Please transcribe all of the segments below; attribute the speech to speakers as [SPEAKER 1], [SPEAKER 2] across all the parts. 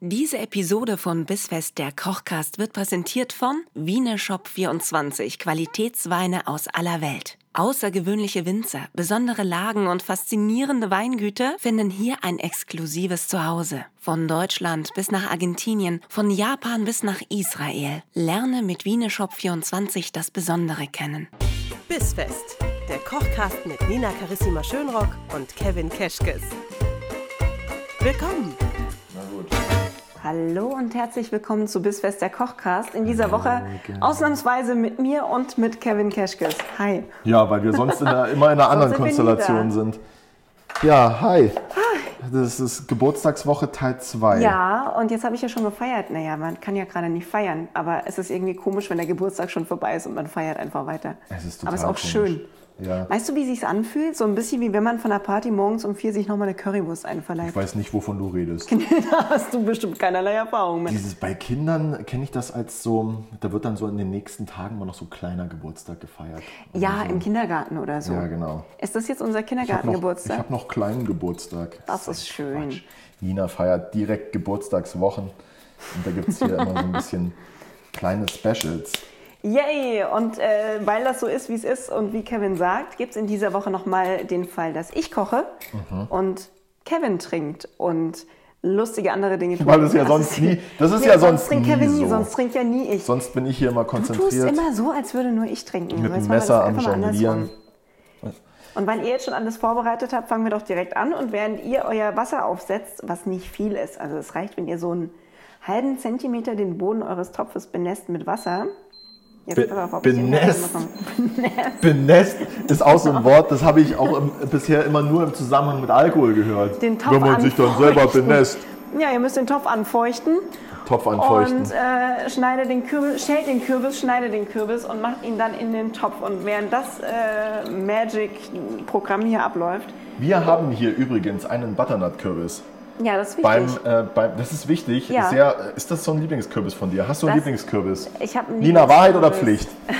[SPEAKER 1] Diese Episode von Bissfest der Kochcast wird präsentiert von Wiener Shop 24, Qualitätsweine aus aller Welt. Außergewöhnliche Winzer, besondere Lagen und faszinierende Weingüter finden hier ein exklusives Zuhause. Von Deutschland bis nach Argentinien, von Japan bis nach Israel. Lerne mit Wiener Shop 24 das Besondere kennen.
[SPEAKER 2] Bissfest, der Kochcast mit Nina Carissima Schönrock und Kevin Keschkes. Willkommen!
[SPEAKER 1] Hallo und herzlich willkommen zu Bissfest der Kochcast. In dieser Woche ausnahmsweise mit mir und mit Kevin Keschkes. Hi.
[SPEAKER 3] Ja, weil wir sonst in der, immer in einer anderen
[SPEAKER 1] Sonst sind wir nie
[SPEAKER 3] Konstellation
[SPEAKER 1] da.
[SPEAKER 3] sind. Ja, hi. Das ist Geburtstagswoche Teil 2.
[SPEAKER 1] Ja, und jetzt habe ich ja schon gefeiert. Naja, man kann ja gerade nicht feiern, aber es ist irgendwie komisch, wenn der Geburtstag schon vorbei ist und man feiert einfach weiter.
[SPEAKER 3] Es ist
[SPEAKER 1] aber es ist auch
[SPEAKER 3] total
[SPEAKER 1] schön.
[SPEAKER 3] komisch. Ja.
[SPEAKER 1] Weißt du, wie sich's anfühlt? So ein bisschen wie wenn man von der Party morgens um vier sich nochmal eine Currywurst einverleibt.
[SPEAKER 3] Ich weiß nicht, wovon du redest.
[SPEAKER 1] da hast du bestimmt keinerlei Erfahrung mit.
[SPEAKER 3] Dieses bei Kindern kenne ich das als so, da wird dann so in den nächsten Tagen mal noch so ein kleiner Geburtstag gefeiert.
[SPEAKER 1] Ja, im Kindergarten oder so.
[SPEAKER 3] Ja, genau.
[SPEAKER 1] Ist das jetzt unser
[SPEAKER 3] Ich habe noch, ich
[SPEAKER 1] Kindergartengeburtstag?
[SPEAKER 3] hab noch kleinen Geburtstag.
[SPEAKER 1] Das ist
[SPEAKER 3] echt
[SPEAKER 1] schön.
[SPEAKER 3] Quatsch. Nina feiert direkt Geburtstagswochen und da gibt es hier immer so ein bisschen kleine Specials.
[SPEAKER 1] Yay! Und äh, weil das so ist, wie es ist und wie Kevin sagt, gibt es in dieser Woche nochmal den Fall, dass ich koche
[SPEAKER 3] Mhm.
[SPEAKER 1] und Kevin trinkt und lustige andere Dinge Also tut.
[SPEAKER 3] Weil das ja sonst
[SPEAKER 1] ist-
[SPEAKER 3] nie- das ist ja sonst
[SPEAKER 1] trinkt
[SPEAKER 3] nie
[SPEAKER 1] Kevin nie,
[SPEAKER 3] so.
[SPEAKER 1] sonst trinkt ja nie ich.
[SPEAKER 3] Sonst bin ich hier immer
[SPEAKER 1] du tust
[SPEAKER 3] konzentriert.
[SPEAKER 1] immer so, als würde nur ich trinken.
[SPEAKER 3] mit dem
[SPEAKER 1] Jetzt machen wir das
[SPEAKER 3] Messer am
[SPEAKER 1] einfach mal
[SPEAKER 3] Jonglieren.
[SPEAKER 1] andersrum. Und weil ihr jetzt schon alles vorbereitet habt, fangen wir doch direkt an. Und während ihr euer Wasser aufsetzt, was nicht viel ist, also es reicht, wenn ihr so einen halben Zentimeter den Boden eures Topfes benässt mit Wasser. Jetzt
[SPEAKER 3] Be-
[SPEAKER 1] pass auf, ob ich den Hals
[SPEAKER 3] benässt?
[SPEAKER 1] bekomme.
[SPEAKER 3] Benest ist auch so ein Wort, das habe ich auch im, bisher immer nur im Zusammenhang mit Alkohol gehört.
[SPEAKER 1] Den Topf
[SPEAKER 3] Wenn man sich dann
[SPEAKER 1] anfeuchten.
[SPEAKER 3] selber benässt,
[SPEAKER 1] Ja, ihr müsst den Topf anfeuchten
[SPEAKER 3] Topf anfeuchten.
[SPEAKER 1] und äh, schneide den Kürbis, schält den Kürbis, schneide den Kürbis und macht ihn dann in den Topf. Und während das äh, Magic-Programm hier abläuft,
[SPEAKER 3] Wir haben hier übrigens einen Butternut-Kürbis.
[SPEAKER 1] ja, das ist
[SPEAKER 3] Beim,
[SPEAKER 1] wichtig.
[SPEAKER 3] äh, beim, das ist wichtig.
[SPEAKER 1] Ja.
[SPEAKER 3] Sehr, äh, ist das so ein Lieblingskürbis von dir? Hast du einen
[SPEAKER 1] Das-
[SPEAKER 3] Lieblingskürbis?
[SPEAKER 1] ich habe einen
[SPEAKER 3] Nina, Wahrheit oder
[SPEAKER 1] Lieblingskürbis.
[SPEAKER 3] Pflicht?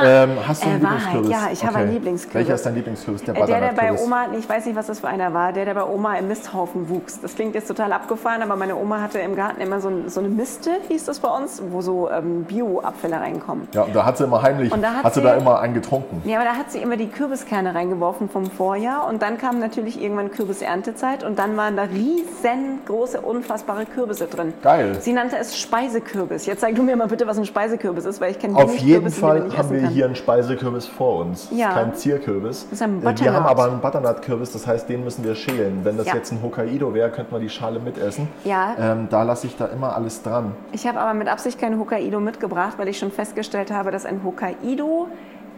[SPEAKER 3] ähm, hast du einen
[SPEAKER 1] Äh, Wahrheit.
[SPEAKER 3] Lieblingskürbis?
[SPEAKER 1] Ja, ich habe einen Lieblingskürbis.
[SPEAKER 3] Welcher ist dein Lieblingskürbis? Der
[SPEAKER 1] Äh, der, der bei
[SPEAKER 3] Butternut-Kürbis.
[SPEAKER 1] Oma, ich weiß nicht, was das für einer war, der, der bei Oma im Misthaufen wuchs. Das klingt jetzt total abgefahren, aber meine Oma hatte im Garten immer so, ein, so eine Miste, hieß das bei uns, wo so ähm, Bio-Abfälle reinkommen.
[SPEAKER 3] Ja, und da hat sie immer heimlich,
[SPEAKER 1] Und da hat
[SPEAKER 3] hat sie
[SPEAKER 1] sie-
[SPEAKER 3] da immer einen getrunken.
[SPEAKER 1] Ja, aber da hat sie immer die Kürbiskerne reingeworfen vom Vorjahr und dann kam natürlich irgendwann Kürbiserntezeit und dann waren da riesengroße, unfassbare Kürbisse drin.
[SPEAKER 3] Geil.
[SPEAKER 1] Sie nannte es Speisekürbis. Jetzt sag du mir mal bitte, was ein Speisekürbis ist, weil ich kenne
[SPEAKER 3] Auf
[SPEAKER 1] wenig
[SPEAKER 3] jeden
[SPEAKER 1] Kürbisse, die man
[SPEAKER 3] Fall
[SPEAKER 1] nicht
[SPEAKER 3] haben
[SPEAKER 1] essen
[SPEAKER 3] wir
[SPEAKER 1] kann.
[SPEAKER 3] hier einen Speisekürbis vor uns.
[SPEAKER 1] Ja.
[SPEAKER 3] Ja. Kein Zierkürbis.
[SPEAKER 1] ist ein
[SPEAKER 3] Äh,
[SPEAKER 1] Butternut.
[SPEAKER 3] wir haben aber einen Butternut-Kürbis, das heißt, den müssen wir schälen. Wenn das
[SPEAKER 1] Ja.
[SPEAKER 3] jetzt ein Hokkaido wäre, könnte man die Schale mitessen.
[SPEAKER 1] Ja.
[SPEAKER 3] Ähm, da lasse ich da immer alles dran.
[SPEAKER 1] Ich habe aber mit Absicht kein Hokkaido mitgebracht, weil ich schon festgestellt habe, dass ein Hokkaido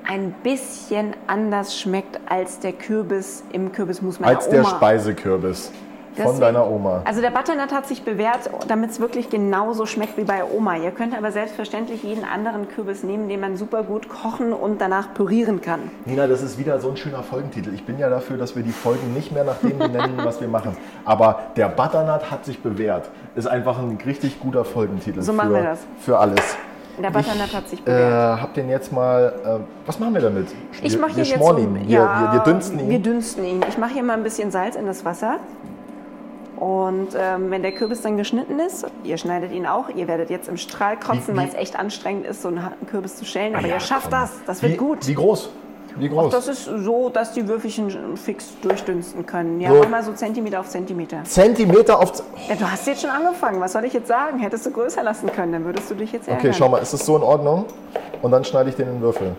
[SPEAKER 1] ein bisschen anders schmeckt als der Kürbis im Kürbismus meiner
[SPEAKER 3] Als
[SPEAKER 1] Oma.
[SPEAKER 3] der Speisekürbis von
[SPEAKER 1] Deswegen-
[SPEAKER 3] deiner Oma.
[SPEAKER 1] Also der Butternut hat sich bewährt, damit es wirklich genauso schmeckt wie bei Oma. Ihr könnt aber selbstverständlich jeden anderen Kürbis nehmen, den man super gut kochen und danach pürieren kann.
[SPEAKER 3] Nina, das ist wieder so ein schöner Folgentitel. Ich bin ja dafür, dass wir die Folgen nicht mehr nach dem benennen, was wir machen. Aber der Butternut hat sich bewährt. Ist einfach ein richtig guter Folgentitel.
[SPEAKER 1] So
[SPEAKER 3] für,
[SPEAKER 1] machen wir das.
[SPEAKER 3] Für alles.
[SPEAKER 1] Der Butternut hat sich
[SPEAKER 3] Äh,
[SPEAKER 1] bewährt.
[SPEAKER 3] hab den jetzt mal. Äh, was machen wir damit?
[SPEAKER 1] ich mache hier
[SPEAKER 3] wir
[SPEAKER 1] jetzt
[SPEAKER 3] schmoren
[SPEAKER 1] so,
[SPEAKER 3] ihn. Wir, wir, wir dünsten ihn.
[SPEAKER 1] Wir dünsten ihn. Ich mache hier mal ein bisschen Salz in das Wasser. Und ähm, wenn der Kürbis dann geschnitten ist, ihr schneidet ihn auch, ihr werdet jetzt im Strahl kotzen,
[SPEAKER 3] Wie- Ah
[SPEAKER 1] weil es echt anstrengend ist, so einen harten Kürbis zu schälen. Aber
[SPEAKER 3] Ja,
[SPEAKER 1] ihr schafft
[SPEAKER 3] komm.
[SPEAKER 1] das, das wird
[SPEAKER 3] wie,
[SPEAKER 1] gut.
[SPEAKER 3] Wie groß? Wie groß?
[SPEAKER 1] das ist so, dass die Würfelchen fix durchdünsten können. Ja,
[SPEAKER 3] So.
[SPEAKER 1] so. mal so Zentimeter auf Zentimeter.
[SPEAKER 3] Zentimeter auf. Z-
[SPEAKER 1] Ja, du hast jetzt schon angefangen. Was soll ich jetzt sagen? Hättest du größer lassen können, dann würdest du dich jetzt ärgern.
[SPEAKER 3] Okay, schau mal, ist das so in Ordnung? Und dann schneide ich den in Würfel.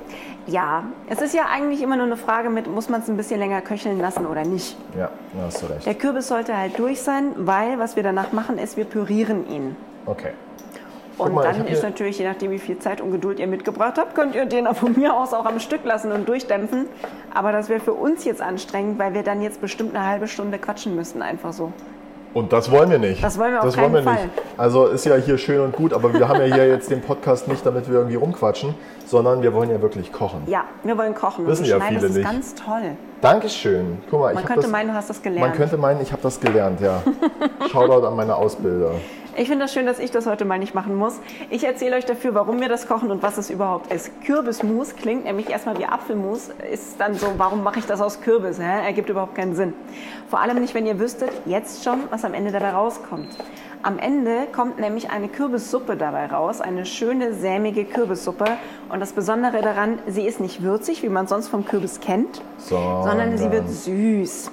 [SPEAKER 1] Ja, es ist ja eigentlich immer nur eine Frage mit, muss man es ein bisschen länger köcheln lassen oder nicht.
[SPEAKER 3] Ja, da hast du recht.
[SPEAKER 1] Der Kürbis sollte halt durch sein, weil was wir danach machen, ist, wir pürieren ihn.
[SPEAKER 3] Okay.
[SPEAKER 1] Und
[SPEAKER 3] mal, ich
[SPEAKER 1] dann
[SPEAKER 3] hab
[SPEAKER 1] ist
[SPEAKER 3] hier-
[SPEAKER 1] natürlich, je nachdem, wie viel Zeit und Geduld ihr mitgebracht habt, könnt ihr den von mir aus auch am Stück lassen und durchdämpfen. Aber das wäre für uns jetzt anstrengend, weil wir dann jetzt bestimmt eine halbe Stunde quatschen müssten, einfach so.
[SPEAKER 3] Und das wollen wir nicht.
[SPEAKER 1] Das wollen wir auf
[SPEAKER 3] wollen
[SPEAKER 1] keinen
[SPEAKER 3] wir
[SPEAKER 1] Fall.
[SPEAKER 3] Nicht. Also ist ja hier schön und gut, aber wir haben ja hier jetzt den Podcast nicht, damit wir irgendwie rumquatschen, sondern wir wollen ja wirklich kochen.
[SPEAKER 1] Ja, wir wollen kochen.
[SPEAKER 3] Wissen
[SPEAKER 1] und du
[SPEAKER 3] ja
[SPEAKER 1] schneidest
[SPEAKER 3] viele
[SPEAKER 1] es
[SPEAKER 3] nicht.
[SPEAKER 1] ganz toll.
[SPEAKER 3] Dankeschön. Guck mal, ich
[SPEAKER 1] Man
[SPEAKER 3] hab
[SPEAKER 1] könnte
[SPEAKER 3] das,
[SPEAKER 1] meinen, du hast das gelernt.
[SPEAKER 3] man könnte meinen, ich habe das gelernt, ja. Shoutout an meine Ausbilder.
[SPEAKER 1] Ich finde das schön, dass ich das heute mal nicht machen muss. Ich erzähle euch dafür, warum wir das kochen und was es überhaupt ist. Kürbismus klingt nämlich erstmal wie Apfelmus, ist dann so, warum mache ich das aus Kürbis? Hä? Ergibt überhaupt keinen Sinn. Vor allem nicht, wenn ihr wüsstet, jetzt schon, was am Ende dabei rauskommt. Am Ende kommt nämlich eine Kürbissuppe dabei raus, eine schöne sämige Kürbissuppe. Und das Besondere daran, sie ist nicht würzig, wie man sonst vom Kürbis kennt, sondern sie wird süß.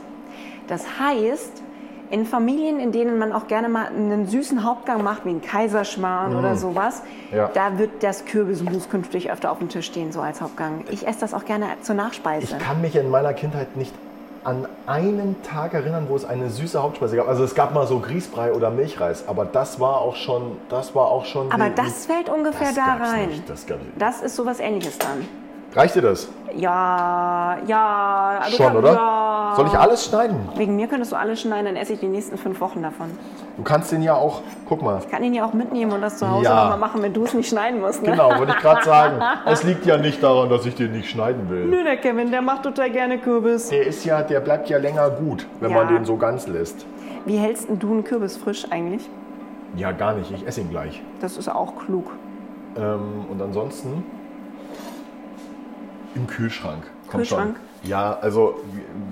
[SPEAKER 1] Das heißt, in Familien, in denen man auch gerne mal einen süßen Hauptgang macht, wie einen Kaiserschmarrn oder sowas,
[SPEAKER 3] Mhm. Ja.
[SPEAKER 1] da wird das Kürbismus künftig öfter auf dem Tisch stehen, so als Hauptgang. Ich esse das auch gerne zur Nachspeise.
[SPEAKER 3] Ich kann mich in meiner Kindheit nicht an einen Tag erinnern, wo es eine süße Hauptspeise gab. Also es gab mal so Grießbrei oder Milchreis, aber das war auch schon, das war auch schon.
[SPEAKER 1] Aber
[SPEAKER 3] die-
[SPEAKER 1] das fällt ungefähr
[SPEAKER 3] das
[SPEAKER 1] da
[SPEAKER 3] gab's
[SPEAKER 1] rein.
[SPEAKER 3] Nicht, das gab's nicht.
[SPEAKER 1] Das ist sowas ähnliches dann.
[SPEAKER 3] Reicht dir das?
[SPEAKER 1] Ja, ja. also
[SPEAKER 3] schon,
[SPEAKER 1] kann-
[SPEAKER 3] oder?
[SPEAKER 1] Ja.
[SPEAKER 3] Soll ich alles schneiden?
[SPEAKER 1] Wegen mir könntest du alles schneiden, dann esse ich die nächsten fünf Wochen davon.
[SPEAKER 3] Du kannst den ja auch, guck mal.
[SPEAKER 1] Ich kann ihn ja auch mitnehmen und das zu Hause
[SPEAKER 3] Ja.
[SPEAKER 1] nochmal machen, wenn du es nicht schneiden musst. Ne?
[SPEAKER 3] Genau, wollte ich gerade sagen. Es liegt ja nicht daran, dass ich den nicht schneiden will.
[SPEAKER 1] Nö, der Kevin, der macht total gerne Kürbis.
[SPEAKER 3] Der ist ja, der bleibt ja länger gut, wenn man
[SPEAKER 1] Ja.
[SPEAKER 3] den so ganz lässt.
[SPEAKER 1] Wie hältst denn du einen Kürbis frisch eigentlich?
[SPEAKER 3] Ja, gar nicht. Ich esse ihn gleich.
[SPEAKER 1] Das ist auch klug.
[SPEAKER 3] Ähm, und ansonsten im Kühlschrank.
[SPEAKER 1] Kühlschrank?
[SPEAKER 3] Schon. Ja, also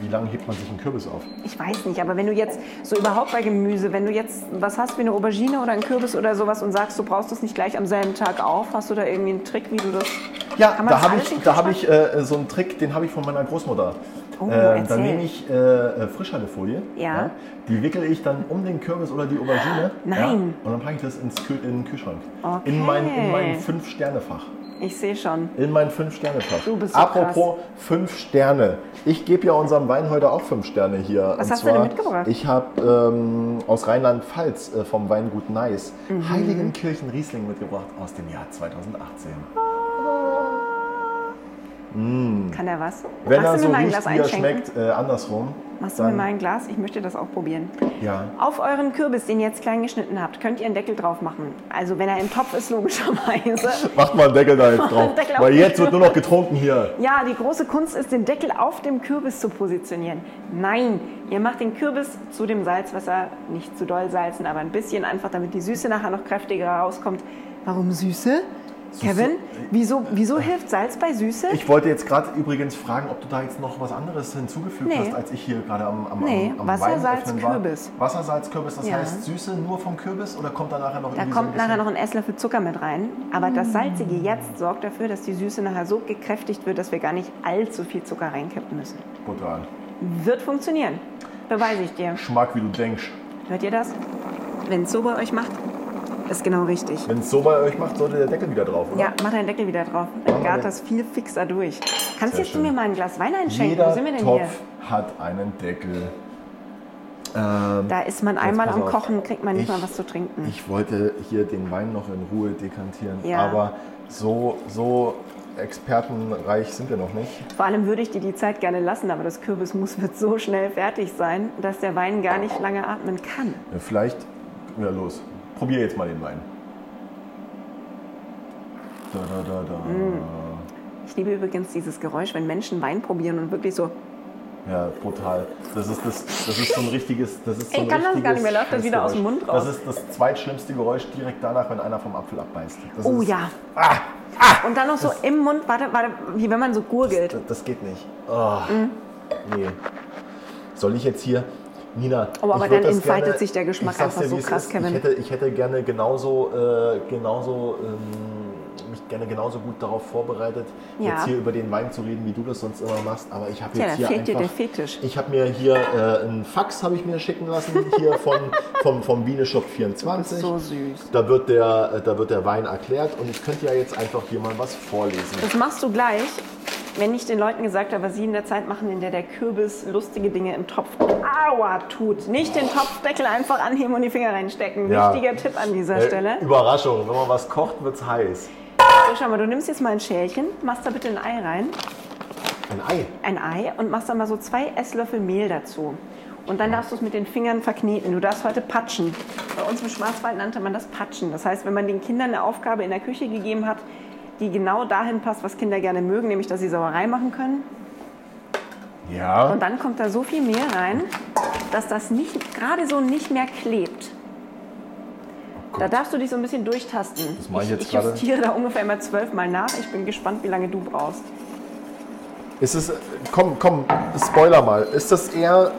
[SPEAKER 3] wie, wie lange hebt man sich einen Kürbis auf?
[SPEAKER 1] Ich weiß nicht, aber wenn du jetzt so überhaupt bei Gemüse, wenn du jetzt was hast wie eine Aubergine oder einen Kürbis oder sowas und sagst, du brauchst das nicht gleich am selben Tag auf, hast du da irgendwie einen Trick, wie du das.
[SPEAKER 3] Ja,
[SPEAKER 1] Kann man
[SPEAKER 3] da
[SPEAKER 1] das
[SPEAKER 3] habe
[SPEAKER 1] alles
[SPEAKER 3] ich,
[SPEAKER 1] im
[SPEAKER 3] da hab ich äh, so einen Trick, den habe ich von meiner Großmutter.
[SPEAKER 1] Oh,
[SPEAKER 3] Ähm,
[SPEAKER 1] erzähl.
[SPEAKER 3] dann nehme ich äh, äh, Frischhaltefolie.
[SPEAKER 1] Ja.
[SPEAKER 3] Die wickel ich dann um den Kürbis oder die Aubergine. Ja,
[SPEAKER 1] Nein.
[SPEAKER 3] und dann packe ich das ins Kühl in den Kühlschrank.
[SPEAKER 1] Okay.
[SPEAKER 3] In mein, in mein Fünf-Sterne-Fach.
[SPEAKER 1] Ich sehe schon.
[SPEAKER 3] In mein Fünf-Sterne-Fach.
[SPEAKER 1] Du bist so
[SPEAKER 3] Apropos fünf Sterne. Ich gebe ja unserem Wein heute auch fünf Sterne hier.
[SPEAKER 1] Was
[SPEAKER 3] Und
[SPEAKER 1] hast du denn
[SPEAKER 3] zwar,
[SPEAKER 1] mitgebracht?
[SPEAKER 3] Ich habe ähm, aus Rheinland-Pfalz äh, vom Weingut Neis
[SPEAKER 1] Mhm.
[SPEAKER 3] Heiligenkirchen Riesling mitgebracht aus dem Jahr 2018.
[SPEAKER 1] Kann er was?
[SPEAKER 3] Hm. Wenn
[SPEAKER 1] Magst
[SPEAKER 3] er
[SPEAKER 1] du
[SPEAKER 3] so
[SPEAKER 1] mir mal ein
[SPEAKER 3] riecht,
[SPEAKER 1] Glas
[SPEAKER 3] wie er
[SPEAKER 1] einschenken?
[SPEAKER 3] schmeckt, äh, andersrum.
[SPEAKER 1] Machst du mir mal ein Glas? Ich möchte das auch probieren.
[SPEAKER 3] Ja.
[SPEAKER 1] Auf euren Kürbis, den ihr jetzt klein geschnitten habt, könnt ihr einen Deckel drauf machen. Also wenn er im Topf ist, logischerweise.
[SPEAKER 3] Macht mal einen Deckel da jetzt drauf.
[SPEAKER 1] Deckel auf
[SPEAKER 3] Weil
[SPEAKER 1] den
[SPEAKER 3] jetzt wird nur noch getrunken hier.
[SPEAKER 1] Ja, die große Kunst ist, den Deckel auf dem Kürbis zu positionieren. Nein, ihr macht den Kürbis zu dem Salzwasser, nicht zu doll salzen, aber ein bisschen einfach, damit die Süße nachher noch kräftiger rauskommt. Warum Süße? Kevin, wieso, wieso hilft Salz bei Süße?
[SPEAKER 3] Ich wollte jetzt gerade übrigens fragen, ob du da jetzt noch was anderes hinzugefügt
[SPEAKER 1] Nee.
[SPEAKER 3] hast, als ich hier gerade am, am,
[SPEAKER 1] Nee,
[SPEAKER 3] am, am
[SPEAKER 1] Wassersalz,
[SPEAKER 3] Weinöffnen war.
[SPEAKER 1] Kürbis.
[SPEAKER 3] Wassersalz, Kürbis, das
[SPEAKER 1] Ja.
[SPEAKER 3] heißt Süße nur vom Kürbis oder kommt da nachher noch
[SPEAKER 1] Da
[SPEAKER 3] irgendwie
[SPEAKER 1] kommt
[SPEAKER 3] so ein
[SPEAKER 1] nachher
[SPEAKER 3] bisschen-
[SPEAKER 1] noch ein Esslöffel Zucker mit rein. Aber das Salzige jetzt sorgt dafür, dass die Süße nachher so gekräftigt wird, dass wir gar nicht allzu viel Zucker reinkippen müssen.
[SPEAKER 3] Brutal.
[SPEAKER 1] Wird funktionieren. Beweise ich dir.
[SPEAKER 3] Schmack, wie du denkst.
[SPEAKER 1] Hört ihr das? Wenn es so bei euch macht, ist genau richtig.
[SPEAKER 3] Wenn es so bei euch macht, sollte der Deckel wieder drauf, oder?
[SPEAKER 1] Ja, mach deinen Deckel wieder drauf. Dann gart das viel fixer durch. Kannst
[SPEAKER 3] Sehr
[SPEAKER 1] jetzt du
[SPEAKER 3] schön.
[SPEAKER 1] mir mal ein Glas Wein einschenken? Wo
[SPEAKER 3] Jeder
[SPEAKER 1] sind wir denn
[SPEAKER 3] Topf hat einen Deckel.
[SPEAKER 1] hier? Da ist man einmal
[SPEAKER 3] pass
[SPEAKER 1] am
[SPEAKER 3] auf.
[SPEAKER 1] Kochen, kriegt man nicht
[SPEAKER 3] Ich-
[SPEAKER 1] mal was zu trinken.
[SPEAKER 3] Ich wollte hier den Wein noch in Ruhe dekantieren,
[SPEAKER 1] Ja.
[SPEAKER 3] aber so, so expertenreich sind wir noch nicht.
[SPEAKER 1] Vor allem würde ich dir die Zeit gerne lassen, aber das Kürbismus wird so schnell fertig sein, dass der Wein gar nicht lange atmen kann.
[SPEAKER 3] Ja, Vielleicht, ja los, probier jetzt mal den Wein. Da, da, da, da.
[SPEAKER 1] Mm. Ich liebe übrigens dieses Geräusch, wenn Menschen Wein probieren und wirklich so,
[SPEAKER 3] Ja, brutal. Das ist, das, das ist so ein richtiges. Das ist so
[SPEAKER 1] Ich
[SPEAKER 3] ein
[SPEAKER 1] kann das gar
[SPEAKER 3] richtiges
[SPEAKER 1] nicht mehr, läuft das wieder aus dem
[SPEAKER 3] Scheißgeräusch.
[SPEAKER 1] Mund raus.
[SPEAKER 3] Das ist das zweitschlimmste Geräusch direkt danach, wenn einer vom Apfel abbeißt. Das
[SPEAKER 1] oh
[SPEAKER 3] ist, Ah,
[SPEAKER 1] ja. und dann noch so im Mund, warte, warte, wie wenn man so gurgelt.
[SPEAKER 3] Das, das geht nicht. Oh,
[SPEAKER 1] Mhm.
[SPEAKER 3] Nee. Soll ich jetzt hier. Nina,
[SPEAKER 1] Oh, aber
[SPEAKER 3] ich würd
[SPEAKER 1] dann
[SPEAKER 3] das
[SPEAKER 1] entfaltet
[SPEAKER 3] gerne-
[SPEAKER 1] sich der Geschmack
[SPEAKER 3] ich sag's
[SPEAKER 1] einfach
[SPEAKER 3] dir,
[SPEAKER 1] so
[SPEAKER 3] wie es
[SPEAKER 1] krass,
[SPEAKER 3] ist.
[SPEAKER 1] Kevin.
[SPEAKER 3] Ich hätte, ich hätte gerne genauso, äh, genauso ähm, mich gerne genauso gut darauf vorbereitet,
[SPEAKER 1] Ja.
[SPEAKER 3] jetzt hier über den Wein zu reden, wie du das sonst immer machst. Aber ich habe
[SPEAKER 1] Tja,
[SPEAKER 3] jetzt
[SPEAKER 1] da
[SPEAKER 3] hier
[SPEAKER 1] fehlt dir
[SPEAKER 3] einfach,
[SPEAKER 1] der Fetisch.
[SPEAKER 3] Ich habe mir hier äh, einen Fax habe ich mir schicken lassen hier von vom vom Biene Shop 24.
[SPEAKER 1] So süß.
[SPEAKER 3] Da wird der äh, da wird der Wein erklärt und ich könnte ja jetzt einfach hier mal was vorlesen.
[SPEAKER 1] Das machst du gleich, wenn ich den Leuten gesagt habe, was sie in der Zeit machen, in der der Kürbis lustige Dinge im Topf aua tut. Nicht den Topfdeckel einfach anheben und die Finger reinstecken.
[SPEAKER 3] Ja.
[SPEAKER 1] Wichtiger Tipp an dieser
[SPEAKER 3] Äh,
[SPEAKER 1] Stelle.
[SPEAKER 3] Überraschung, wenn man was kocht, wird's heiß.
[SPEAKER 1] So, schau mal, du nimmst jetzt mal ein Schälchen, machst da bitte ein Ei rein,
[SPEAKER 3] Ein Ei.
[SPEAKER 1] ein Ei und machst da mal so zwei Esslöffel Mehl dazu. Und dann darfst du es mit den Fingern verkneten. Du darfst heute patschen. Bei uns im Schwarzwald nannte man das Patschen. Das heißt, wenn man den Kindern eine Aufgabe in der Küche gegeben hat, die genau dahin passt, was Kinder gerne mögen, nämlich dass sie Sauerei machen können,
[SPEAKER 3] Ja.
[SPEAKER 1] Und dann kommt da so viel Mehl rein, dass das nicht gerade so nicht mehr klebt. da darfst du dich so ein bisschen durchtasten.
[SPEAKER 3] Oh Das mach ich jetzt
[SPEAKER 1] ich
[SPEAKER 3] gerade.
[SPEAKER 1] justiere da ungefähr immer zwölfmal nach. Ich bin gespannt, wie lange du brauchst.
[SPEAKER 3] Ist es. Komm, komm, spoiler mal. Ist das eher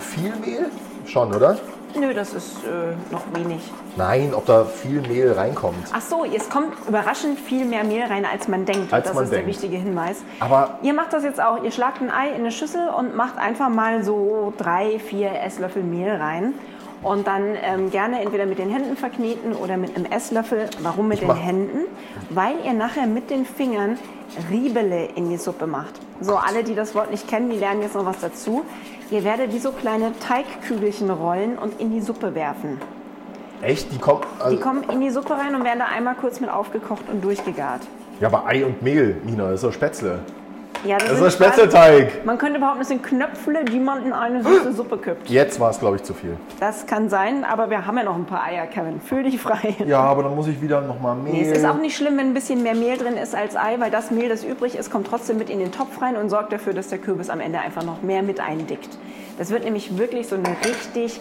[SPEAKER 3] viel Mehl? Schon, oder?
[SPEAKER 1] Nö, das ist äh, noch wenig.
[SPEAKER 3] Nein, ob da viel Mehl reinkommt.
[SPEAKER 1] Ach so, es kommt überraschend viel mehr Mehl rein, als man denkt.
[SPEAKER 3] Als
[SPEAKER 1] das
[SPEAKER 3] man
[SPEAKER 1] ist der
[SPEAKER 3] denkt.
[SPEAKER 1] wichtige Hinweis.
[SPEAKER 3] Aber-
[SPEAKER 1] ihr macht das jetzt auch. Ihr schlagt ein Ei in eine Schüssel und macht einfach mal so drei, vier Esslöffel Mehl rein. Und dann ähm, gerne entweder mit den Händen verkneten oder mit einem Esslöffel. Warum mit den
[SPEAKER 3] mach-
[SPEAKER 1] Händen? Weil ihr nachher mit den Fingern Riebele in die Suppe macht. So, alle, die das Wort nicht kennen, die lernen jetzt noch was dazu. Ihr werdet wie so kleine Teigkügelchen rollen und in die Suppe werfen.
[SPEAKER 3] Echt? Die kommt. Also,
[SPEAKER 1] Die kommen in die Suppe rein und werden da einmal kurz mit aufgekocht und durchgegart.
[SPEAKER 3] ja, aber Ei und Mehl, Nina, das ist doch Spätzle.
[SPEAKER 1] Ja,
[SPEAKER 3] Das ist
[SPEAKER 1] sind
[SPEAKER 3] ein Spätzleteig.
[SPEAKER 1] quasi- Man könnte überhaupt nicht sind Knöpfle, die man in eine süße Suppe kippt.
[SPEAKER 3] Jetzt war es, glaube ich, zu viel.
[SPEAKER 1] Das kann sein, aber wir haben ja noch ein paar Eier, Kevin. Fühl dich frei.
[SPEAKER 3] Ja, aber dann muss ich wieder nochmal Mehl.
[SPEAKER 1] Nee, es ist auch nicht schlimm, wenn ein bisschen mehr Mehl drin ist als Ei, weil das Mehl, das übrig ist, kommt trotzdem mit in den Topf rein und sorgt dafür, dass der Kürbis am Ende einfach noch mehr mit eindickt. Das wird nämlich wirklich so eine richtig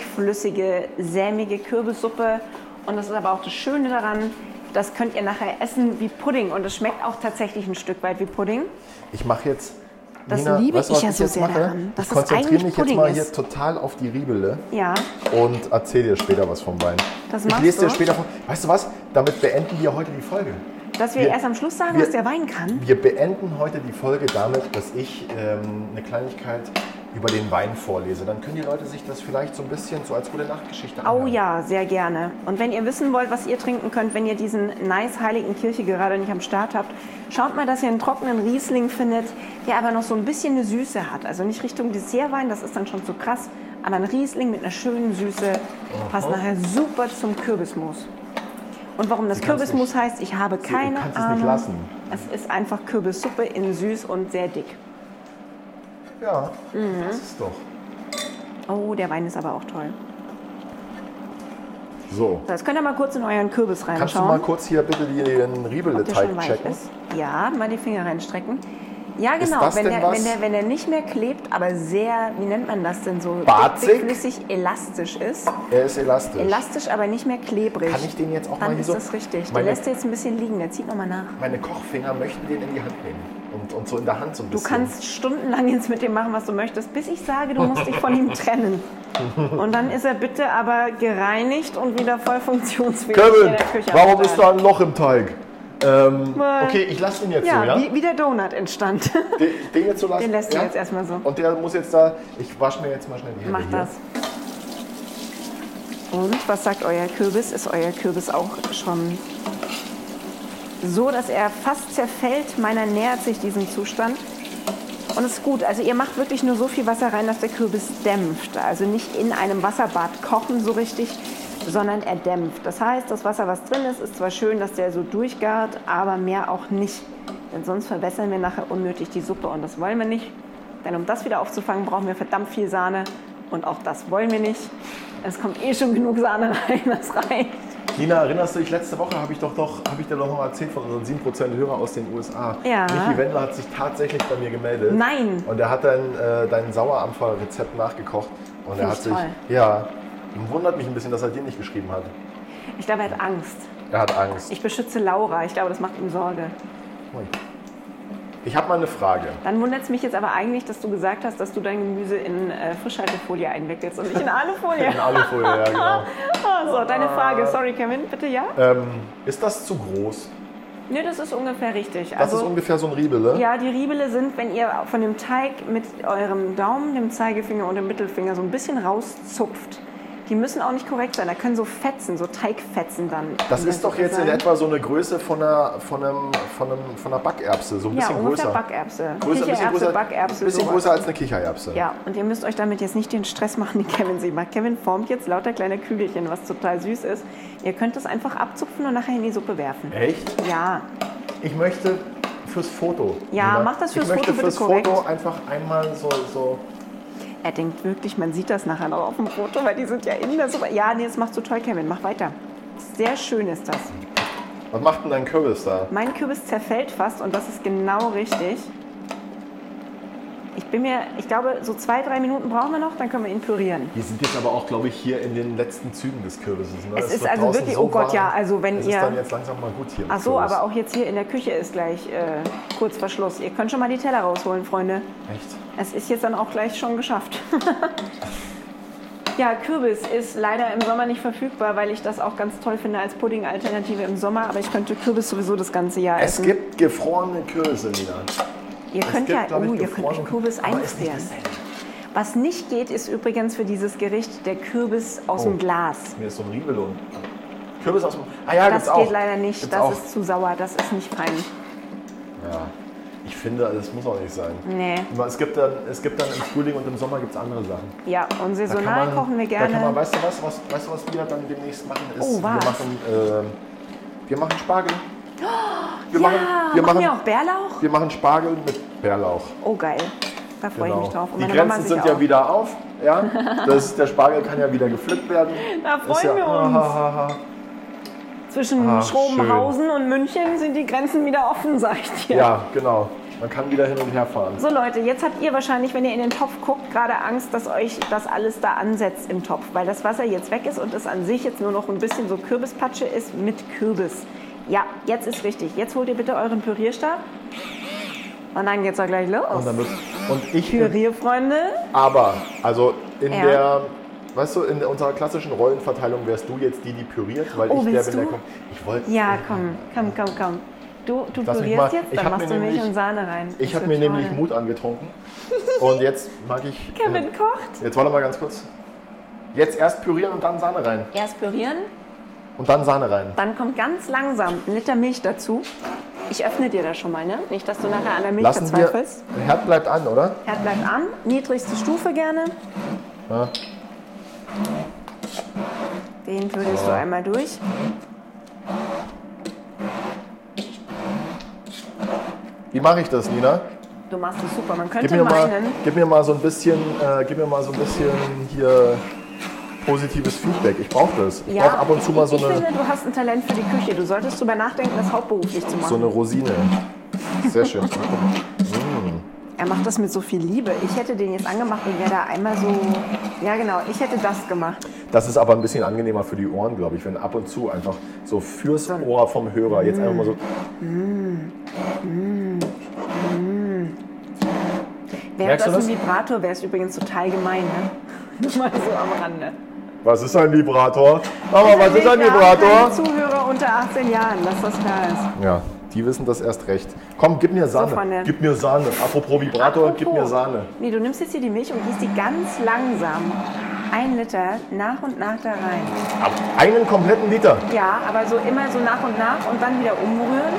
[SPEAKER 1] dickflüssige, sämige Kürbissuppe. Und das ist aber auch das Schöne daran, das könnt ihr nachher essen wie Pudding. Und es schmeckt auch tatsächlich ein Stück weit wie Pudding.
[SPEAKER 3] Ich mache jetzt.
[SPEAKER 1] Das
[SPEAKER 3] Nina,
[SPEAKER 1] liebe
[SPEAKER 3] weißt du,
[SPEAKER 1] ich
[SPEAKER 3] was
[SPEAKER 1] ja so
[SPEAKER 3] jetzt
[SPEAKER 1] sehr
[SPEAKER 3] mache?
[SPEAKER 1] daran, dass
[SPEAKER 3] Ich
[SPEAKER 1] es
[SPEAKER 3] konzentriere
[SPEAKER 1] eigentlich
[SPEAKER 3] mich jetzt
[SPEAKER 1] Pudding
[SPEAKER 3] mal
[SPEAKER 1] ist.
[SPEAKER 3] hier total auf die Riebele
[SPEAKER 1] Ja,
[SPEAKER 3] und erzähl dir später was vom Wein.
[SPEAKER 1] Das
[SPEAKER 3] ich
[SPEAKER 1] machst
[SPEAKER 3] lese dir
[SPEAKER 1] du.
[SPEAKER 3] später von. Weißt du was? Damit beenden wir heute die Folge.
[SPEAKER 1] dass wir,
[SPEAKER 3] Wir-
[SPEAKER 1] erst am Schluss sagen,
[SPEAKER 3] wir-
[SPEAKER 1] was der Wein kann.
[SPEAKER 3] Wir beenden heute die Folge damit, dass ich ähm, eine Kleinigkeit über den Wein vorlese. Dann können die Leute sich das vielleicht so ein bisschen so als gute Nachtgeschichte
[SPEAKER 1] Oh
[SPEAKER 3] anhören.
[SPEAKER 1] ja, sehr gerne. Und wenn ihr wissen wollt, was ihr trinken könnt, wenn ihr diesen nice heiligen Kirche gerade nicht am Start habt, schaut mal, dass ihr einen trockenen Riesling findet, der aber noch so ein bisschen eine Süße hat. Also nicht Richtung Dessertwein, das ist dann schon zu krass, aber ein Riesling mit einer schönen Süße passt nachher super zum Kürbismus. Und warum das
[SPEAKER 3] kann's
[SPEAKER 1] Kürbismus heißt, ich habe keine
[SPEAKER 3] kannst es nicht
[SPEAKER 1] Ahnung.
[SPEAKER 3] lassen.
[SPEAKER 1] Es ist einfach Kürbissuppe in süß und sehr dick.
[SPEAKER 3] Ja,
[SPEAKER 1] Mhm.
[SPEAKER 3] das ist doch.
[SPEAKER 1] Oh, der Wein ist aber auch toll.
[SPEAKER 3] So.
[SPEAKER 1] So, jetzt könnt ihr mal kurz in euren Kürbis reinschauen.
[SPEAKER 3] Kannst du mal kurz hier bitte den
[SPEAKER 1] ob der schon
[SPEAKER 3] Riebele-Teig
[SPEAKER 1] weich
[SPEAKER 3] checken?
[SPEAKER 1] ist. Ja, mal die Finger reinstrecken. Ja,
[SPEAKER 3] Ist
[SPEAKER 1] genau.
[SPEAKER 3] das
[SPEAKER 1] Wenn
[SPEAKER 3] denn
[SPEAKER 1] der,
[SPEAKER 3] was?
[SPEAKER 1] wenn, der, wenn der nicht mehr klebt, aber sehr, wie nennt man das denn so?
[SPEAKER 3] Barzig?
[SPEAKER 1] Flüssig, elastisch ist.
[SPEAKER 3] Er ist elastisch.
[SPEAKER 1] Elastisch, aber nicht mehr klebrig.
[SPEAKER 3] Kann ich den jetzt auch
[SPEAKER 1] Dann
[SPEAKER 3] mal hier
[SPEAKER 1] ist
[SPEAKER 3] so-
[SPEAKER 1] das richtig. Der
[SPEAKER 3] Meine-
[SPEAKER 1] lässt jetzt ein bisschen liegen. Der zieht nochmal nach.
[SPEAKER 3] Meine Kochfinger möchten den in die Hand nehmen und, und so in der Hand so ein
[SPEAKER 1] Du
[SPEAKER 3] bisschen.
[SPEAKER 1] kannst stundenlang jetzt mit dem machen, was du möchtest, bis ich sage, du musst dich von ihm trennen. Und dann ist er bitte aber gereinigt und wieder voll funktionsfähig hier in
[SPEAKER 3] Kevin,
[SPEAKER 1] der Küche.
[SPEAKER 3] warum
[SPEAKER 1] am
[SPEAKER 3] ist
[SPEAKER 1] Start.
[SPEAKER 3] da ein Loch im Teig? Ähm,
[SPEAKER 1] Weil-
[SPEAKER 3] okay, ich lasse ihn jetzt
[SPEAKER 1] Ja,
[SPEAKER 3] so, ja?
[SPEAKER 1] Wie, wie der Donut entstand.
[SPEAKER 3] Den, den jetzt so lassen?
[SPEAKER 1] Den lässt du
[SPEAKER 3] ja?
[SPEAKER 1] jetzt erstmal so.
[SPEAKER 3] Und der muss jetzt da. Ich wasche mir jetzt mal schnell die Hände.
[SPEAKER 1] Mach
[SPEAKER 3] hier.
[SPEAKER 1] das. Und was sagt euer Kürbis? Ist euer Kürbis auch schon so, dass er fast zerfällt? Meiner nähert sich diesem Zustand. Und es ist gut. Also ihr macht wirklich nur so viel Wasser rein, dass der Kürbis dämpft. Also nicht in einem Wasserbad kochen so richtig, sondern er dämpft. Das heißt, das Wasser, was drin ist, ist zwar schön, dass der so durchgart, aber mehr auch nicht. Denn sonst verwässern wir nachher unnötig die Suppe und das wollen wir nicht. Denn um das wieder aufzufangen, brauchen wir verdammt viel Sahne und auch das wollen wir nicht. Es kommt eh schon genug Sahne rein, das reicht.
[SPEAKER 3] Nina, erinnerst du dich, letzte Woche habe ich, doch doch, hab ich dir doch noch mal erzählt von unseren 7% Hörer aus den USA.
[SPEAKER 1] Ja.
[SPEAKER 3] Michi Wendler hat sich tatsächlich bei mir gemeldet.
[SPEAKER 1] Nein.
[SPEAKER 3] Und er hat dein, äh, dein Sauerampfer-Rezept nachgekocht. Und er
[SPEAKER 1] ich
[SPEAKER 3] hat sich.
[SPEAKER 1] toll.
[SPEAKER 3] Ja. Wundert mich ein bisschen, dass er dir nicht geschrieben hat.
[SPEAKER 1] Ich glaube, er hat Angst.
[SPEAKER 3] Er hat Angst.
[SPEAKER 1] Ich beschütze Laura. Ich glaube, das macht ihm Sorge.
[SPEAKER 3] Ui. Ich habe mal eine Frage.
[SPEAKER 1] Dann wundert es mich jetzt aber eigentlich, dass du gesagt hast, dass du dein Gemüse in äh, Frischhaltefolie einwickelst und nicht in Alufolie.
[SPEAKER 3] In Alufolie, ja, genau.
[SPEAKER 1] Oh, so, deine Frage. Sorry, Kevin, bitte ja?
[SPEAKER 3] Ähm, ist das zu groß?
[SPEAKER 1] Nee, das ist ungefähr richtig.
[SPEAKER 3] Das
[SPEAKER 1] also,
[SPEAKER 3] ist ungefähr so ein ne? Riebele.
[SPEAKER 1] ja, die Riebele sind, wenn ihr von dem Teig mit eurem Daumen, dem Zeigefinger und dem Mittelfinger so ein bisschen rauszupft. Die müssen auch nicht korrekt sein. Da können so Fetzen, so Teigfetzen dann.
[SPEAKER 3] Das
[SPEAKER 1] in der
[SPEAKER 3] ist doch
[SPEAKER 1] Suppe
[SPEAKER 3] jetzt in
[SPEAKER 1] sein.
[SPEAKER 3] etwa so eine Größe von einer, von einem, von einem, von einer Backerbse, so ein
[SPEAKER 1] Ja,
[SPEAKER 3] bisschen
[SPEAKER 1] ungefähr
[SPEAKER 3] größer.
[SPEAKER 1] Backerbse.
[SPEAKER 3] Größer, ein bisschen
[SPEAKER 1] Kichererbse,
[SPEAKER 3] größer,
[SPEAKER 1] Backerbse.
[SPEAKER 3] ein bisschen
[SPEAKER 1] sowas.
[SPEAKER 3] größer als eine Kichererbse.
[SPEAKER 1] Ja, und ihr müsst euch damit jetzt nicht den Stress machen, den Kevin sie macht. Kevin formt jetzt lauter kleine Kügelchen, was total süß ist. Ihr könnt es einfach abzupfen und nachher in die Suppe werfen.
[SPEAKER 3] Echt?
[SPEAKER 1] Ja,
[SPEAKER 3] Ich möchte fürs Foto.
[SPEAKER 1] Ja,
[SPEAKER 3] Nina,
[SPEAKER 1] mach das fürs
[SPEAKER 3] ich möchte
[SPEAKER 1] Foto bitte
[SPEAKER 3] fürs
[SPEAKER 1] korrekt.
[SPEAKER 3] Foto einfach einmal so, so.
[SPEAKER 1] er denkt wirklich, man sieht das nachher noch auf dem Foto, weil die sind ja in der Suppe. Ja, nee, das machst du toll, Kevin. Mach weiter. Sehr schön ist das.
[SPEAKER 3] Was macht denn dein Kürbis da?
[SPEAKER 1] Mein Kürbis zerfällt fast und das ist genau richtig. Ich bin mir, ich glaube, so zwei, drei Minuten brauchen wir noch, dann können wir ihn pürieren.
[SPEAKER 3] Wir sind jetzt aber auch, glaube ich, hier in den letzten Zügen des Kürbisses. Ne?
[SPEAKER 1] Es ist
[SPEAKER 3] wird
[SPEAKER 1] also
[SPEAKER 3] draußen
[SPEAKER 1] wirklich- oh Gott,
[SPEAKER 3] warm.
[SPEAKER 1] ja, also wenn
[SPEAKER 3] es
[SPEAKER 1] ihr-
[SPEAKER 3] ist dann jetzt langsam mal gut hier. mit
[SPEAKER 1] Ach so,
[SPEAKER 3] Kürbis.
[SPEAKER 1] aber auch jetzt hier in der Küche ist gleich äh, kurz vor Schluss. Ihr könnt schon mal die Teller rausholen, Freunde.
[SPEAKER 3] Echt?
[SPEAKER 1] Es ist jetzt dann auch gleich schon geschafft. Ja, Kürbis ist leider im Sommer nicht verfügbar, weil ich das auch ganz toll finde als Pudding-Alternative im Sommer. Aber ich könnte Kürbis sowieso das ganze Jahr
[SPEAKER 3] Es
[SPEAKER 1] essen.
[SPEAKER 3] gibt gefrorene Kürbisse, Nina.
[SPEAKER 1] ihr
[SPEAKER 3] es
[SPEAKER 1] könnt
[SPEAKER 3] gibt,
[SPEAKER 1] ja,
[SPEAKER 3] glaub ich,
[SPEAKER 1] oh, ihr könnt euch
[SPEAKER 3] gefrorene-
[SPEAKER 1] Kürbis
[SPEAKER 3] Aber ist nicht
[SPEAKER 1] einfrieren. Was nicht geht, ist übrigens für dieses Gericht der Kürbis aus
[SPEAKER 3] Oh.
[SPEAKER 1] dem Glas.
[SPEAKER 3] Mir ist so ein Riebelohn. Kürbis aus dem... Ah ja,
[SPEAKER 1] Das
[SPEAKER 3] gibt's
[SPEAKER 1] geht
[SPEAKER 3] auch.
[SPEAKER 1] leider nicht.
[SPEAKER 3] Gibt's
[SPEAKER 1] das
[SPEAKER 3] auch.
[SPEAKER 1] ist zu sauer. Das ist nicht fein.
[SPEAKER 3] Ja. Ich finde, das muss auch nicht sein.
[SPEAKER 1] Nee.
[SPEAKER 3] Aber Es gibt dann, es gibt dann im Frühling und im Sommer gibt es andere Sachen.
[SPEAKER 1] Ja, und
[SPEAKER 3] Da kann
[SPEAKER 1] saisonal
[SPEAKER 3] man-
[SPEAKER 1] kochen wir
[SPEAKER 3] Da kann man,
[SPEAKER 1] gerne.
[SPEAKER 3] weißt, du was, was, weißt du, was wir dann demnächst machen? Ist,
[SPEAKER 1] Oh, was?
[SPEAKER 3] Wir machen, äh, wir machen Spargel. Wir,
[SPEAKER 1] Oh, ja,
[SPEAKER 3] wir,
[SPEAKER 1] machen
[SPEAKER 3] machen,
[SPEAKER 1] wir auch Bärlauch?
[SPEAKER 3] wir machen Spargel mit Bärlauch. genau.
[SPEAKER 1] Oh, geil. Da freue ich mich drauf.
[SPEAKER 3] Die
[SPEAKER 1] Mama
[SPEAKER 3] Grenzen
[SPEAKER 1] sich
[SPEAKER 3] sind
[SPEAKER 1] auch.
[SPEAKER 3] ja wieder auf. Ja? Das ist, der Spargel kann ja wieder gepflückt werden.
[SPEAKER 1] Da
[SPEAKER 3] Ist Ah,
[SPEAKER 1] freuen wir uns.
[SPEAKER 3] Ha, ha, ha.
[SPEAKER 1] Zwischen
[SPEAKER 3] Ah,
[SPEAKER 1] Schrobenhausen und München sind die Grenzen wieder offen, sag ich dir.
[SPEAKER 3] Ja, genau. Man kann wieder hin und her fahren.
[SPEAKER 1] So Leute, jetzt habt ihr wahrscheinlich, wenn ihr in den Topf guckt, gerade Angst, dass euch das alles da ansetzt im Topf, weil das Wasser jetzt weg ist und es an sich jetzt nur noch ein bisschen so Kürbispatsche ist mit Kürbis. Ja, jetzt ist richtig. Jetzt holt ihr bitte euren Pürierstab und dann geht's auch gleich los.
[SPEAKER 3] Und, dann wird's- und ich
[SPEAKER 1] Pürierfreunde,
[SPEAKER 3] Aber, also in
[SPEAKER 1] Ja.
[SPEAKER 3] der, weißt du, in unserer klassischen Rollenverteilung wärst du jetzt die, die püriert, weil
[SPEAKER 1] Oh,
[SPEAKER 3] ich der
[SPEAKER 1] willst
[SPEAKER 3] bin, der
[SPEAKER 1] du?
[SPEAKER 3] kommt. Ich wollte.
[SPEAKER 1] ja komm, komm, komm, komm. Du, du
[SPEAKER 3] Lass mich
[SPEAKER 1] pürierst
[SPEAKER 3] mal-
[SPEAKER 1] jetzt,
[SPEAKER 3] ich
[SPEAKER 1] dann
[SPEAKER 3] hab
[SPEAKER 1] machst
[SPEAKER 3] mir
[SPEAKER 1] du Milch
[SPEAKER 3] nämlich-
[SPEAKER 1] und Sahne rein.
[SPEAKER 3] Ich
[SPEAKER 1] Das
[SPEAKER 3] habe mir
[SPEAKER 1] wird toll.
[SPEAKER 3] nämlich Mut angetrunken. Und jetzt mag ich.
[SPEAKER 1] Kevin
[SPEAKER 3] äh,
[SPEAKER 1] kocht.
[SPEAKER 3] Jetzt warte mal ganz kurz. Jetzt erst pürieren und dann Sahne rein.
[SPEAKER 1] Erst pürieren,
[SPEAKER 3] Und dann Sahne rein.
[SPEAKER 1] Dann kommt ganz langsam ein Liter Milch dazu. Ich öffne dir das schon mal, ne? Nicht, dass du nachher an der Milch
[SPEAKER 3] Lassen wir.
[SPEAKER 1] verzweifelst.
[SPEAKER 3] Der Herd bleibt an, oder?
[SPEAKER 1] Herd bleibt an, niedrigste Stufe gerne.
[SPEAKER 3] Ja.
[SPEAKER 1] Den würdest du einmal durch.
[SPEAKER 3] Wie mache ich das, Nina?
[SPEAKER 1] Du machst es super. Man
[SPEAKER 3] Gib
[SPEAKER 1] könnte
[SPEAKER 3] mir, mal,
[SPEAKER 1] meinen,
[SPEAKER 3] gib mir mal so ein bisschen, äh, gib mir mal so ein bisschen hier positives Feedback. Ich brauche das. Ich brauche ab und zu mal so
[SPEAKER 1] ich
[SPEAKER 3] eine,
[SPEAKER 1] finde, du hast ein Talent für die Küche. Du solltest drüber nachdenken, das hauptberuflich zu machen.
[SPEAKER 3] so eine Rosine. Sehr schön.
[SPEAKER 1] Er macht das mit so viel Liebe. Ich hätte den jetzt angemacht und wäre da einmal so. Ja, genau. Ich hätte das gemacht.
[SPEAKER 3] Das ist aber ein bisschen angenehmer für die Ohren, glaube ich, wenn ab und zu einfach so fürs Ohr vom Hörer jetzt einfach mal so.
[SPEAKER 1] Mm. Wäre
[SPEAKER 3] Merkst
[SPEAKER 1] das,
[SPEAKER 3] du
[SPEAKER 1] ein
[SPEAKER 3] das?
[SPEAKER 1] Vibrator, wäre es übrigens total gemein, ne? Nur mal so am Rande.
[SPEAKER 3] Was ist ein Vibrator? Mama, Oh, was ist ein
[SPEAKER 1] Wir haben keine
[SPEAKER 3] Vibrator?
[SPEAKER 1] Zuhörer unter 18 Jahren, dass das klar ist.
[SPEAKER 3] Ja, die wissen das erst recht. Komm, gib mir Sahne.
[SPEAKER 1] Freunde.
[SPEAKER 3] gib mir Sahne. Apropos Vibrator, gib mir
[SPEAKER 1] Apropos.
[SPEAKER 3] Sahne.
[SPEAKER 1] Nee, du nimmst jetzt hier die Milch und gießt die ganz langsam, ein Liter, nach und nach da rein.
[SPEAKER 3] Ab- Einen kompletten Liter.
[SPEAKER 1] Ja, aber so immer so nach und nach und dann wieder umrühren.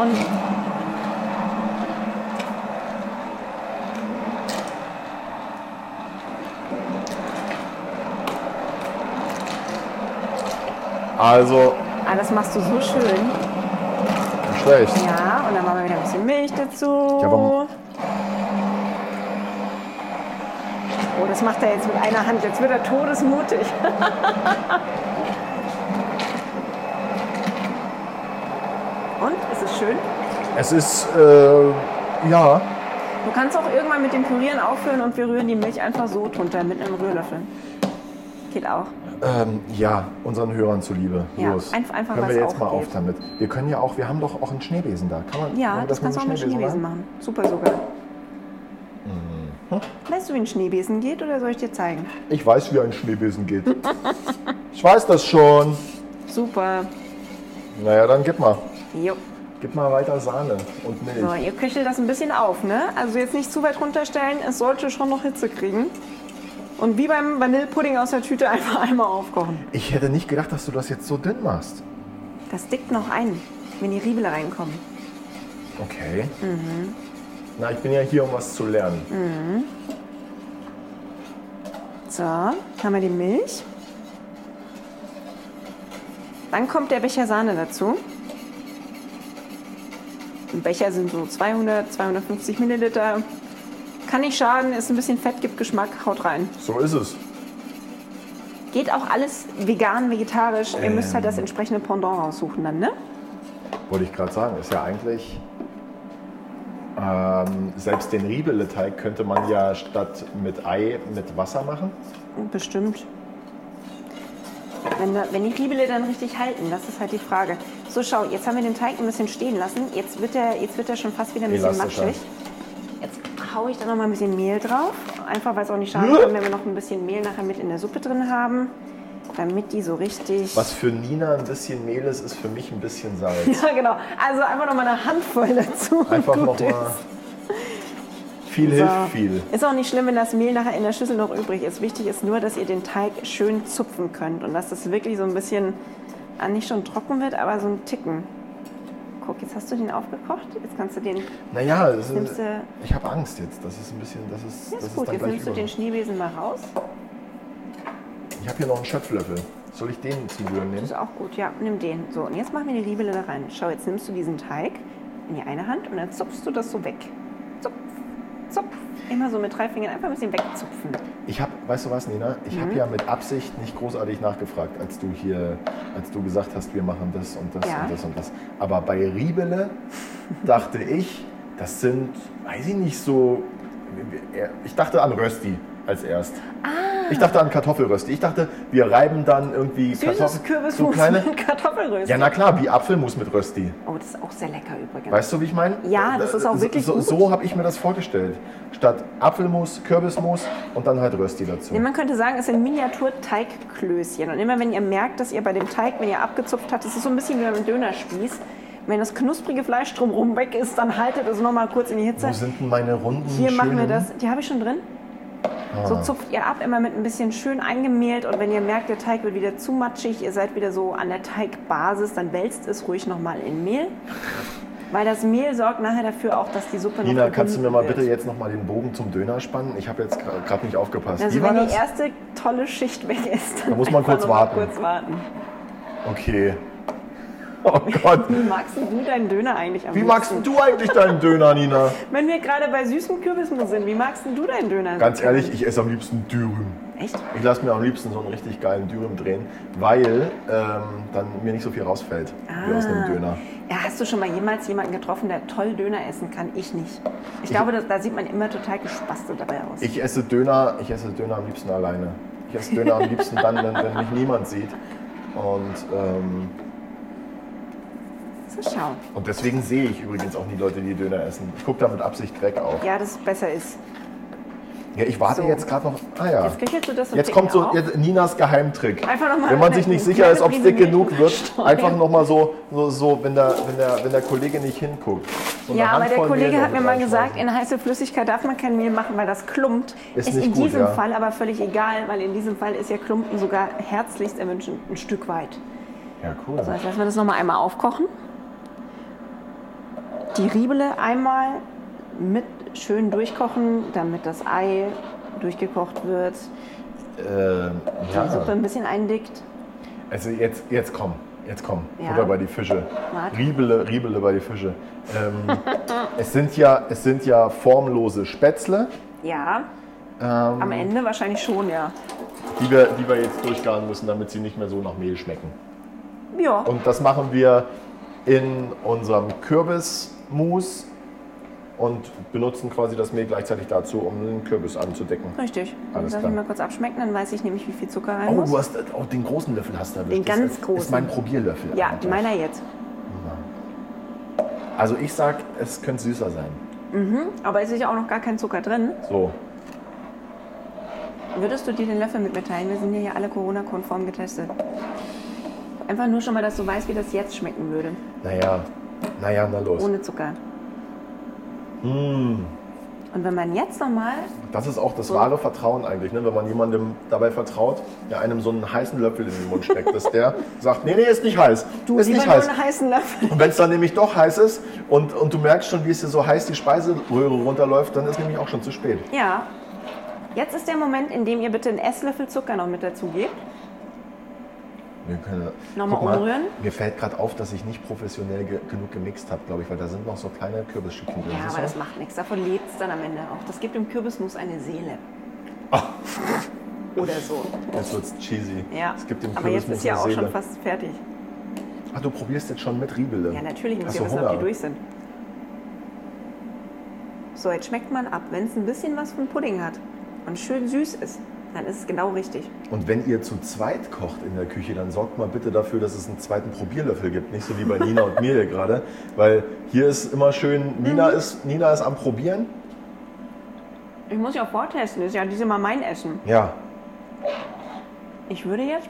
[SPEAKER 1] Und
[SPEAKER 3] Also,
[SPEAKER 1] ah, das machst du so schön.
[SPEAKER 3] schlecht.
[SPEAKER 1] Ja, und dann machen wir wieder ein bisschen Milch dazu.
[SPEAKER 3] Ja, aber-
[SPEAKER 1] Oh, das macht er jetzt mit einer Hand. Jetzt wird er todesmutig. Und? Ist es schön?
[SPEAKER 3] Es ist, äh, ja.
[SPEAKER 1] Du kannst auch irgendwann mit dem Pürieren aufhören und wir rühren die Milch einfach so drunter mit einem Rührlöffel. Geht auch.
[SPEAKER 3] Ähm, ja, unseren Hörern zuliebe.
[SPEAKER 1] Ja,
[SPEAKER 3] Los.
[SPEAKER 1] einf- einfach,
[SPEAKER 3] Hören wir
[SPEAKER 1] was
[SPEAKER 3] jetzt mal auf
[SPEAKER 1] aufgeht.
[SPEAKER 3] damit. Wir können ja auch, wir haben doch auch einen Schneebesen da. Kann man,
[SPEAKER 1] Ja,
[SPEAKER 3] kann man
[SPEAKER 1] das kannst du auch mit Schneebesen Mhm. machen. Super sogar. Weißt du, wie ein Schneebesen geht oder soll ich dir zeigen?
[SPEAKER 3] Ich weiß, wie ein Schneebesen geht. ich weiß das schon.
[SPEAKER 1] Super.
[SPEAKER 3] Naja, dann gib mal.
[SPEAKER 1] Jo.
[SPEAKER 3] Gib mal weiter Sahne und Milch.
[SPEAKER 1] So, ihr köchelt das ein bisschen auf, ne? Also jetzt nicht zu weit runterstellen, es sollte schon noch Hitze kriegen. Und wie beim Vanillepudding aus der Tüte einfach einmal aufkochen.
[SPEAKER 3] Ich hätte nicht gedacht, dass du das jetzt so dünn machst.
[SPEAKER 1] Das dickt noch ein, wenn die Riebel reinkommen.
[SPEAKER 3] Okay.
[SPEAKER 1] Mhm.
[SPEAKER 3] Na, ich bin ja hier, um was zu lernen.
[SPEAKER 1] So, haben wir die Milch. Dann kommt der Becher Sahne dazu. Ein Becher sind so 200, 250 Milliliter. Kann nicht schaden, ist ein bisschen Fett, gibt Geschmack, haut rein.
[SPEAKER 3] So ist es.
[SPEAKER 1] Geht auch alles vegan, vegetarisch. Ihr müsst
[SPEAKER 3] Ähm.
[SPEAKER 1] halt das entsprechende Pendant raussuchen dann, ne?
[SPEAKER 3] Wollte ich gerade sagen. Ist ja eigentlich. Ähm, selbst den Riebeleteig könnte man ja statt mit Ei mit Wasser machen.
[SPEAKER 1] Bestimmt. Wenn, da- wenn die Riebele dann richtig halten, das ist halt die Frage. So, schau, jetzt haben wir den Teig ein bisschen stehen lassen. Jetzt wird er, jetzt wird er schon fast wieder ein bisschen
[SPEAKER 3] Elastischer.
[SPEAKER 1] matschig. Jetzt haue ich da noch mal ein bisschen Mehl drauf. Einfach weil es auch nicht schaden kann, wenn wir noch ein bisschen Mehl nachher mit in der Suppe drin haben, damit die so richtig.
[SPEAKER 3] Was für Nina ein bisschen Mehl ist, ist für mich ein bisschen Salz.
[SPEAKER 1] Ja, genau. Also einfach nochmal eine Handvoll dazu. und
[SPEAKER 3] Einfach
[SPEAKER 1] gut
[SPEAKER 3] nochmal.
[SPEAKER 1] ist.
[SPEAKER 3] Viel hilft viel.
[SPEAKER 1] Ist auch nicht schlimm, wenn das Mehl nachher in der Schüssel noch übrig ist. Wichtig ist nur, dass ihr den Teig schön zupfen könnt und dass das wirklich so ein bisschen, ah, nicht schon trocken wird, aber so ein Ticken. Guck, jetzt hast du den aufgekocht. Jetzt kannst du den,
[SPEAKER 3] Naja, es
[SPEAKER 1] Nimmst
[SPEAKER 3] ist,
[SPEAKER 1] du-
[SPEAKER 3] ich habe Angst jetzt. Das ist ein bisschen. Das ist,
[SPEAKER 1] das
[SPEAKER 3] das
[SPEAKER 1] ist
[SPEAKER 3] ist
[SPEAKER 1] gut,
[SPEAKER 3] dann
[SPEAKER 1] jetzt
[SPEAKER 3] gleich
[SPEAKER 1] nimmst du
[SPEAKER 3] über.
[SPEAKER 1] den Schneebesen mal raus.
[SPEAKER 3] Ich habe hier noch einen Schöpflöffel. Soll ich den zum Rühren nehmen?
[SPEAKER 1] Ist auch gut, ja, nimm den. So, und jetzt machen wir die Liebele da rein. Schau, jetzt nimmst du diesen Teig in die eine Hand und dann zupfst du das so weg. Zupf, zupf. Immer so mit drei Fingern einfach ein bisschen wegzupfen.
[SPEAKER 3] Ich habe, weißt du was, Nina? Ich
[SPEAKER 1] Mhm.
[SPEAKER 3] habe ja mit Absicht nicht großartig nachgefragt, als du hier, als du gesagt hast, wir machen das und das
[SPEAKER 1] Ja.
[SPEAKER 3] und das und das. Aber bei Riebele dachte ich, das sind, weiß ich nicht, so. Ich dachte an Rösti als erst.
[SPEAKER 1] Ah.
[SPEAKER 3] Ich dachte an Kartoffelrösti. Ich dachte, wir reiben dann irgendwie
[SPEAKER 1] Süßes
[SPEAKER 3] Kartoffeln. So
[SPEAKER 1] Kürbismus
[SPEAKER 3] kleine.
[SPEAKER 1] mit Kartoffelrösten.
[SPEAKER 3] Ja, na klar, wie Apfelmus mit Rösti.
[SPEAKER 1] Oh, das ist auch sehr lecker übrigens.
[SPEAKER 3] Weißt du, wie ich meine?
[SPEAKER 1] Ja, das ist auch wirklich
[SPEAKER 3] So,
[SPEAKER 1] gut.
[SPEAKER 3] so habe ich mir das vorgestellt. Statt Apfelmus, Kürbismus und dann halt Rösti dazu.
[SPEAKER 1] Nee, Man könnte sagen, es sind Miniatur-Teigklößchen. Und immer wenn ihr merkt, dass ihr bei dem Teig, wenn ihr abgezupft habt, es ist so ein bisschen wie beim Dönerspieß. Wenn das knusprige Fleisch drumherum weg ist, dann haltet es nochmal kurz in die Hitze.
[SPEAKER 3] Wo sind denn meine runden
[SPEAKER 1] Hier machen wir
[SPEAKER 3] schönen-
[SPEAKER 1] das. Die habe ich schon drin.
[SPEAKER 3] Ah.
[SPEAKER 1] So zupft ihr ab, immer mit ein bisschen schön eingemehlt. Und wenn ihr merkt, der Teig wird wieder zu matschig, ihr seid wieder so an der Teigbasis, dann wälzt es ruhig nochmal in Mehl. Weil das Mehl sorgt nachher dafür auch, dass die Suppe noch
[SPEAKER 3] Nina, kannst du mir
[SPEAKER 1] gebunden
[SPEAKER 3] mal
[SPEAKER 1] wird.
[SPEAKER 3] bitte jetzt nochmal den Bogen zum Döner spannen? Ich habe jetzt gerade nicht aufgepasst.
[SPEAKER 1] Also
[SPEAKER 3] Wie war
[SPEAKER 1] wenn die
[SPEAKER 3] das?
[SPEAKER 1] erste tolle Schicht weg ist, dann
[SPEAKER 3] Da muss man
[SPEAKER 1] einfach
[SPEAKER 3] kurz
[SPEAKER 1] noch mal
[SPEAKER 3] warten.
[SPEAKER 1] kurz warten.
[SPEAKER 3] Okay. Oh Gott.
[SPEAKER 1] Wie magst denn du deinen Döner eigentlich am
[SPEAKER 3] Wie
[SPEAKER 1] liebsten?
[SPEAKER 3] magst denn du eigentlich deinen Döner, Nina?
[SPEAKER 1] Wenn wir gerade bei süßem Kürbismus sind, wie magst denn du deinen Döner?
[SPEAKER 3] Ganz ehrlich, ich esse am liebsten Dürüm.
[SPEAKER 1] Echt?
[SPEAKER 3] Ich lasse mir am liebsten so einen richtig geilen Dürüm drehen, weil ähm, dann mir nicht so viel rausfällt wie aus einem Döner.
[SPEAKER 1] Ah. Ja, hast du schon mal jemals jemanden getroffen, der toll Döner essen kann? Ich nicht. Ich, glaube, das, da sieht man immer total gespastelt dabei aus.
[SPEAKER 3] Ich esse Döner, ich esse Döner am liebsten alleine. Ich esse Döner am liebsten dann, wenn, wenn mich niemand sieht. Und, ähm,
[SPEAKER 1] so, schau.
[SPEAKER 3] und deswegen sehe ich übrigens auch nie Leute, die Döner essen. Ich gucke da mit Absicht Dreck auf.
[SPEAKER 1] Ja, das besser ist.
[SPEAKER 3] Ja, ich warte
[SPEAKER 1] So.
[SPEAKER 3] jetzt gerade noch. Ah ja.
[SPEAKER 1] Jetzt köchelst du das so
[SPEAKER 3] Jetzt
[SPEAKER 1] dick
[SPEAKER 3] kommt so
[SPEAKER 1] auf.
[SPEAKER 3] jetzt Ninas Geheimtrick.
[SPEAKER 1] Einfach noch mal
[SPEAKER 3] wenn man
[SPEAKER 1] eine-
[SPEAKER 3] sich nicht
[SPEAKER 1] eine
[SPEAKER 3] sicher ist, ob
[SPEAKER 1] kleine
[SPEAKER 3] es dick
[SPEAKER 1] Prise
[SPEAKER 3] genug
[SPEAKER 1] Milch
[SPEAKER 3] wird,
[SPEAKER 1] streuen.
[SPEAKER 3] einfach nochmal so, so, so wenn, der, wenn, der, wenn der Kollege nicht hinguckt. So eine
[SPEAKER 1] Ja, aber der
[SPEAKER 3] Handvoll
[SPEAKER 1] Kollege
[SPEAKER 3] Mehl
[SPEAKER 1] hat mir mal
[SPEAKER 3] reinschmeißen.
[SPEAKER 1] gesagt, in heiße Flüssigkeit darf man kein Mehl machen, weil das klumpt.
[SPEAKER 3] Ist
[SPEAKER 1] Ist,
[SPEAKER 3] nicht
[SPEAKER 1] in
[SPEAKER 3] gut,
[SPEAKER 1] diesem
[SPEAKER 3] ja.
[SPEAKER 1] Fall aber völlig egal, weil in diesem Fall ist ja Klumpen sogar herzlichst erwünscht ein Stück weit.
[SPEAKER 3] Ja, cool.
[SPEAKER 1] So, jetzt lassen wir das nochmal einmal aufkochen. Die Riebele einmal mit schön durchkochen, damit das Ei durchgekocht wird,
[SPEAKER 3] Ähm,
[SPEAKER 1] die Suppe
[SPEAKER 3] ja.
[SPEAKER 1] ein bisschen eindickt.
[SPEAKER 3] Also jetzt, jetzt komm. Jetzt komm.
[SPEAKER 1] Ja.
[SPEAKER 3] Butter bei die Fische.
[SPEAKER 1] Warte.
[SPEAKER 3] Riebele, Riebele bei die Fische. Ähm, es, sind ja, es sind ja formlose Spätzle,
[SPEAKER 1] Ja,
[SPEAKER 3] Ähm.
[SPEAKER 1] am Ende wahrscheinlich schon, ja.
[SPEAKER 3] die wir, die wir jetzt durchgaren müssen, damit sie nicht mehr so nach Mehl schmecken.
[SPEAKER 1] Ja,
[SPEAKER 3] Und das machen wir in unserem Kürbismus und benutzen quasi das Mehl gleichzeitig dazu, um den Kürbis anzudecken.
[SPEAKER 1] richtig.
[SPEAKER 3] Alles
[SPEAKER 1] Lass
[SPEAKER 3] klar.
[SPEAKER 1] mich mal kurz abschmecken, dann weiß ich nämlich, wie viel Zucker rein
[SPEAKER 3] Oh,
[SPEAKER 1] muss.
[SPEAKER 3] du hast auch den großen Löffel hast du erwischt.
[SPEAKER 1] Den ganz
[SPEAKER 3] das ist- ist
[SPEAKER 1] großen.
[SPEAKER 3] mein Probierlöffel.
[SPEAKER 1] Ja,
[SPEAKER 3] eigentlich.
[SPEAKER 1] meiner jetzt.
[SPEAKER 3] Also ich sag, es könnte süßer sein.
[SPEAKER 1] Aber es ist ja auch noch gar kein Zucker drin.
[SPEAKER 3] So.
[SPEAKER 1] Würdest du dir den Löffel mit mir teilen? Wir sind ja hier alle Corona-konform getestet. Einfach nur schon mal, dass du weißt, wie das jetzt schmecken würde.
[SPEAKER 3] Naja. Naja, na los.
[SPEAKER 1] Ohne Zucker.
[SPEAKER 3] Hm.
[SPEAKER 1] Und wenn man jetzt nochmal.
[SPEAKER 3] Das ist auch das wahre Vertrauen eigentlich, ne? wenn man jemandem dabei vertraut, der einem so einen heißen Löffel in den Mund steckt, dass der sagt, nee, nee, ist nicht heiß. Du ist nicht
[SPEAKER 1] lieber nur
[SPEAKER 3] heiß.
[SPEAKER 1] einen heißen Löffel.
[SPEAKER 3] Und wenn es dann nämlich doch heiß ist und, und du merkst schon, wie es dir so heiß die Speiseröhre runterläuft, dann ist nämlich auch schon zu spät.
[SPEAKER 1] Ja. Jetzt ist der Moment, in dem ihr bitte einen Esslöffel Zucker noch mit dazu gebt.
[SPEAKER 3] Wir können,
[SPEAKER 1] Nochmal
[SPEAKER 3] guck mal,
[SPEAKER 1] umrühren?
[SPEAKER 3] Mir fällt gerade auf, dass ich nicht professionell ge genug gemixt habe, glaube ich, weil da sind noch so kleine Kürbisstückchen drin.
[SPEAKER 1] Ja,
[SPEAKER 3] Siehst
[SPEAKER 1] aber das
[SPEAKER 3] du?
[SPEAKER 1] macht nichts. Davon lebt es dann am Ende auch. Das gibt dem Kürbismus eine Seele.
[SPEAKER 3] Ah.
[SPEAKER 1] Oder so.
[SPEAKER 3] Jetzt wird es cheesy.
[SPEAKER 1] Ja.
[SPEAKER 3] Es gibt dem
[SPEAKER 1] aber jetzt
[SPEAKER 3] Kürbismus
[SPEAKER 1] ist ja
[SPEAKER 3] eine
[SPEAKER 1] auch
[SPEAKER 3] Seele.
[SPEAKER 1] schon fast fertig.
[SPEAKER 3] Ah, du probierst jetzt schon mit Riebele.
[SPEAKER 1] Ja, natürlich muss
[SPEAKER 3] Hast
[SPEAKER 1] ja
[SPEAKER 3] du
[SPEAKER 1] wissen,
[SPEAKER 3] Hunger?
[SPEAKER 1] ob die durch sind. So, jetzt schmeckt man ab. Wenn es ein bisschen was von Pudding hat und schön süß ist, dann ist es genau richtig.
[SPEAKER 3] Und wenn ihr zu zweit kocht in der Küche, dann sorgt mal bitte dafür, dass es einen zweiten Probierlöffel gibt. Nicht so wie bei Nina und mir hier gerade.
[SPEAKER 1] Mhm.
[SPEAKER 3] Weil hier ist immer schön, Nina, ist, Nina ist am Probieren
[SPEAKER 1] Ich muss ja vortesten, ist ja diesmal mein Essen.
[SPEAKER 3] Ja,
[SPEAKER 1] Ich würde jetzt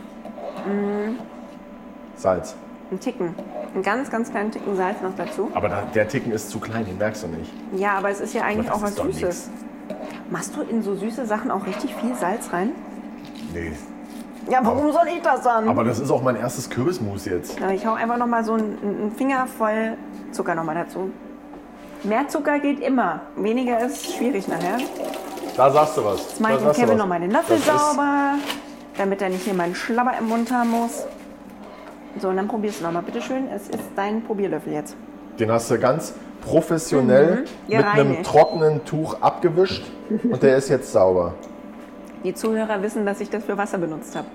[SPEAKER 3] Salz.
[SPEAKER 1] einen Ticken, einen ganz, ganz kleinen Ticken Salz noch dazu.
[SPEAKER 3] Aber da, der Ticken ist zu klein, den merkst du nicht.
[SPEAKER 1] Ja, aber es ist ja eigentlich
[SPEAKER 3] das
[SPEAKER 1] auch was
[SPEAKER 3] ist doch
[SPEAKER 1] Süßes. Machst du in so süße Sachen auch richtig viel Salz rein?
[SPEAKER 3] Nee.
[SPEAKER 1] Mhm. Ja, warum soll ich das dann?
[SPEAKER 3] Aber das ist auch mein erstes Kürbismus jetzt.
[SPEAKER 1] Ja, Ich hau einfach noch mal so einen, einen Finger voll Zucker noch mal dazu. Mehr Zucker geht immer. Weniger ist schwierig nachher. Jetzt
[SPEAKER 3] Da sagst du was.
[SPEAKER 1] mache
[SPEAKER 3] Da
[SPEAKER 1] ich dem
[SPEAKER 3] sagst du
[SPEAKER 1] Kevin
[SPEAKER 3] was.
[SPEAKER 1] noch mal den Löffel
[SPEAKER 3] Das ist-
[SPEAKER 1] sauber, damit er nicht hier meinen Schlabber im Mund haben muss. So, und dann probierst du noch mal. Bitte schön, es ist dein Probierlöffel jetzt.
[SPEAKER 3] Den hast du ganz professionell
[SPEAKER 1] Mhm. Ja,
[SPEAKER 3] mit einem
[SPEAKER 1] reinigt.
[SPEAKER 3] trockenen Tuch abgewischt und der ist jetzt sauber.
[SPEAKER 1] Die Zuhörer wissen, dass ich das für Wasser benutzt habe.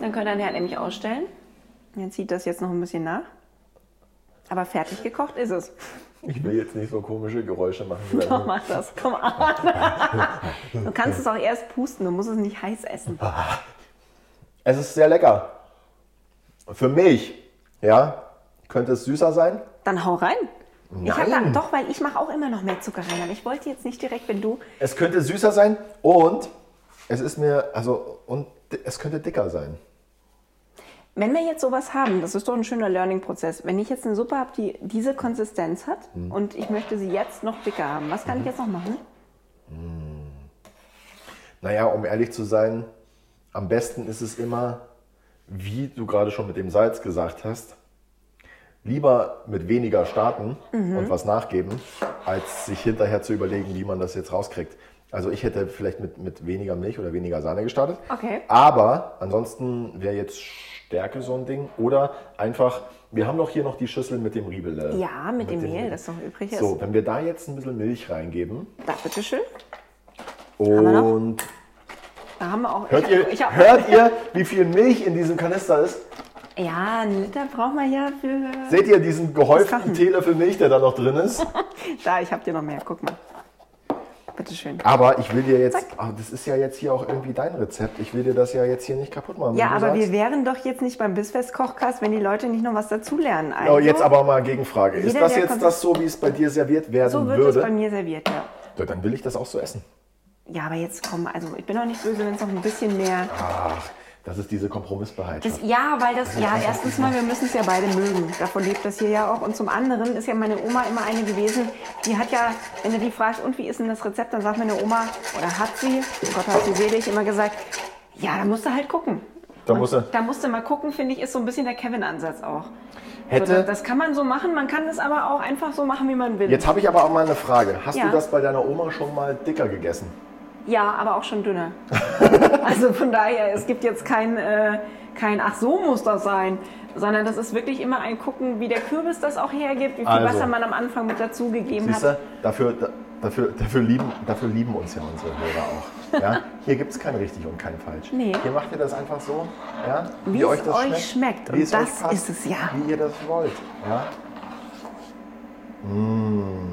[SPEAKER 1] Dann könnt ihr den Herd nämlich ausstellen. Dann zieht das jetzt noch ein bisschen nach. Aber fertig gekocht ist es.
[SPEAKER 3] Ich will jetzt nicht so komische Geräusche machen. wie
[SPEAKER 1] Doch,
[SPEAKER 3] dein-
[SPEAKER 1] mach das. Komm an. Du kannst es auch erst pusten. Du musst es nicht heiß essen.
[SPEAKER 3] Es ist sehr lecker. Für mich, ja, könnte es süßer sein.
[SPEAKER 1] Dann hau rein. Ich hab da,
[SPEAKER 3] Nein.
[SPEAKER 1] doch, weil ich mache auch immer noch mehr Zucker rein. Aber ich wollte jetzt nicht direkt, wenn du.
[SPEAKER 3] Es könnte süßer sein und es ist mir, also, und di- es könnte dicker sein.
[SPEAKER 1] Wenn wir jetzt sowas haben, das ist doch ein schöner Learning-Prozess. Wenn ich jetzt eine Suppe habe, die diese Konsistenz hat und ich möchte sie jetzt noch dicker haben, was kann ich jetzt noch machen?
[SPEAKER 3] Naja, um ehrlich zu sein, am besten ist es immer, wie du gerade schon mit dem Salz gesagt hast, lieber mit weniger starten
[SPEAKER 1] Mhm.
[SPEAKER 3] und was nachgeben, als sich hinterher zu überlegen, wie man das jetzt rauskriegt. Also ich hätte vielleicht mit, mit weniger Milch oder weniger Sahne gestartet.
[SPEAKER 1] Okay.
[SPEAKER 3] Aber ansonsten wäre jetzt Stärke so ein Ding. Oder einfach, wir haben doch hier noch die Schüssel mit dem Riebele.
[SPEAKER 1] Ja, mit dem Mehl, das noch übrig ist.
[SPEAKER 3] So, wenn wir da jetzt ein bisschen Milch reingeben
[SPEAKER 1] Da, bitteschön. wir noch?
[SPEAKER 3] und
[SPEAKER 1] Da haben wir auch.
[SPEAKER 3] Hört
[SPEAKER 1] ich hab-
[SPEAKER 3] ihr,
[SPEAKER 1] ich hab-
[SPEAKER 3] hört ihr, wie viel Milch in diesem Kanister ist?
[SPEAKER 1] Ja, einen Liter braucht man ja für.
[SPEAKER 3] Seht ihr diesen
[SPEAKER 1] Kochen.
[SPEAKER 3] gehäuften Teelöffel Milch, der da noch drin ist?
[SPEAKER 1] Da, ich hab dir noch mehr. Guck mal. Bitteschön.
[SPEAKER 3] Aber ich will dir jetzt, ah, das ist ja jetzt hier auch irgendwie dein Rezept. Ich will dir das ja jetzt hier nicht kaputt machen. wenn
[SPEAKER 1] Ja,
[SPEAKER 3] du
[SPEAKER 1] aber wir
[SPEAKER 3] sagst-
[SPEAKER 1] wären doch jetzt nicht beim Bissfest-Kochkast, wenn die Leute nicht noch was dazulernen. Also,
[SPEAKER 3] Oh, jetzt aber mal Gegenfrage. Ist
[SPEAKER 1] Jeder,
[SPEAKER 3] das
[SPEAKER 1] der
[SPEAKER 3] jetzt
[SPEAKER 1] kommt-
[SPEAKER 3] das so, wie es bei dir serviert werden
[SPEAKER 1] So wird es bei
[SPEAKER 3] würde?
[SPEAKER 1] mir serviert, ja.
[SPEAKER 3] Ja, dann will ich das auch so essen.
[SPEAKER 1] Ja, aber jetzt komm, also ich bin auch nicht böse, wenn es noch ein bisschen mehr.
[SPEAKER 3] Ach, das ist diese
[SPEAKER 1] Das,
[SPEAKER 3] Kompromissbereitschaft.
[SPEAKER 1] ja, weil das, ja, erstens mal, wir müssen es ja beide mögen. Davon lebt das hier ja auch. Und zum anderen ist ja meine Oma immer eine gewesen, die hat ja, wenn du die fragst, und wie ist denn das Rezept, dann sagt meine Oma, oder hat sie, oh Gott hat sie selig, immer gesagt, ja, da musst du halt gucken.
[SPEAKER 3] Da
[SPEAKER 1] Und
[SPEAKER 3] musst du-
[SPEAKER 1] da musst du mal gucken, finde ich, ist so ein bisschen der Kevin-Ansatz auch. so,
[SPEAKER 3] Hätte,
[SPEAKER 1] das kann man so machen, man kann es aber auch einfach so machen, wie man will.
[SPEAKER 3] jetzt habe ich aber auch mal eine Frage. Hast
[SPEAKER 1] Ja.
[SPEAKER 3] du das bei deiner Oma schon mal dicker gegessen?
[SPEAKER 1] Ja, aber auch schon dünner. also von daher, es gibt jetzt kein, äh, kein, ach so muss das sein, sondern das ist wirklich immer ein Gucken, wie der Kürbis das auch hergibt, wie viel
[SPEAKER 3] Also.
[SPEAKER 1] Wasser man am Anfang mit dazugegeben
[SPEAKER 3] Siehst
[SPEAKER 1] hat.
[SPEAKER 3] du, dafür, da- dafür, dafür, lieben, dafür lieben uns ja unsere Hörer auch. Ja? Hier gibt es kein richtig und kein falsch.
[SPEAKER 1] Nee.
[SPEAKER 3] Hier macht ihr das einfach so, ja?
[SPEAKER 1] Wie es euch schmeckt.
[SPEAKER 3] wie
[SPEAKER 1] Und
[SPEAKER 3] es
[SPEAKER 1] das
[SPEAKER 3] euch passt,
[SPEAKER 1] ist es ja.
[SPEAKER 3] Wie ihr das wollt. Ja?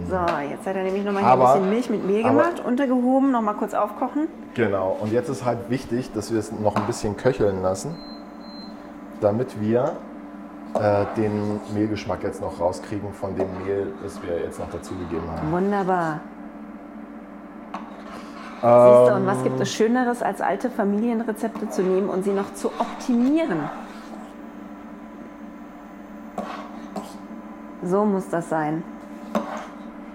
[SPEAKER 1] So, jetzt hat er nämlich nochmal hier ein
[SPEAKER 3] Aber-
[SPEAKER 1] bisschen Milch mit Mehl
[SPEAKER 3] aber-
[SPEAKER 1] gemacht, untergehoben, nochmal kurz aufkochen.
[SPEAKER 3] Genau, und jetzt ist halt wichtig, dass wir es noch ein bisschen köcheln lassen, damit wir äh, den Mehlgeschmack jetzt noch rauskriegen von dem Mehl, das wir jetzt noch dazugegeben haben.
[SPEAKER 1] Wunderbar. Siehst
[SPEAKER 3] Ähm,
[SPEAKER 1] du, und was gibt es Schöneres, als alte Familienrezepte zu nehmen und sie noch zu optimieren? So muss das sein.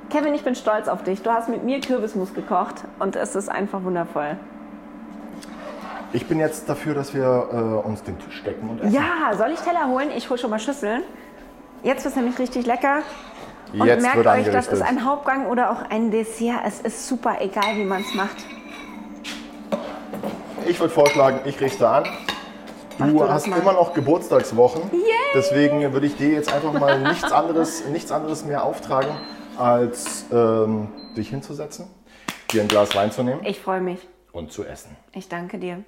[SPEAKER 1] Kevin, ich bin stolz auf dich. Du hast mit mir Kürbismus gekocht und es ist einfach wundervoll.
[SPEAKER 3] Ich bin jetzt dafür, dass wir äh, uns den Tisch decken und essen.
[SPEAKER 1] Ja, soll ich Teller holen? Ich hole schon mal Schüsseln. Jetzt wird es nämlich richtig lecker. Und
[SPEAKER 3] Jetzt
[SPEAKER 1] merkt
[SPEAKER 3] wird
[SPEAKER 1] euch, das
[SPEAKER 3] angerichtet.
[SPEAKER 1] ist ein Hauptgang oder auch ein Dessert. Es ist super, egal wie man es macht.
[SPEAKER 3] Ich würde vorschlagen, ich richte an. Du
[SPEAKER 1] das
[SPEAKER 3] hast
[SPEAKER 1] mal.
[SPEAKER 3] immer noch Geburtstagswochen. Deswegen würde ich dir jetzt einfach mal nichts anderes, nichts anderes mehr auftragen, als ähm, dich hinzusetzen, dir ein Glas Wein zu nehmen
[SPEAKER 1] Ich freue mich.
[SPEAKER 3] und zu essen.
[SPEAKER 1] Ich danke dir.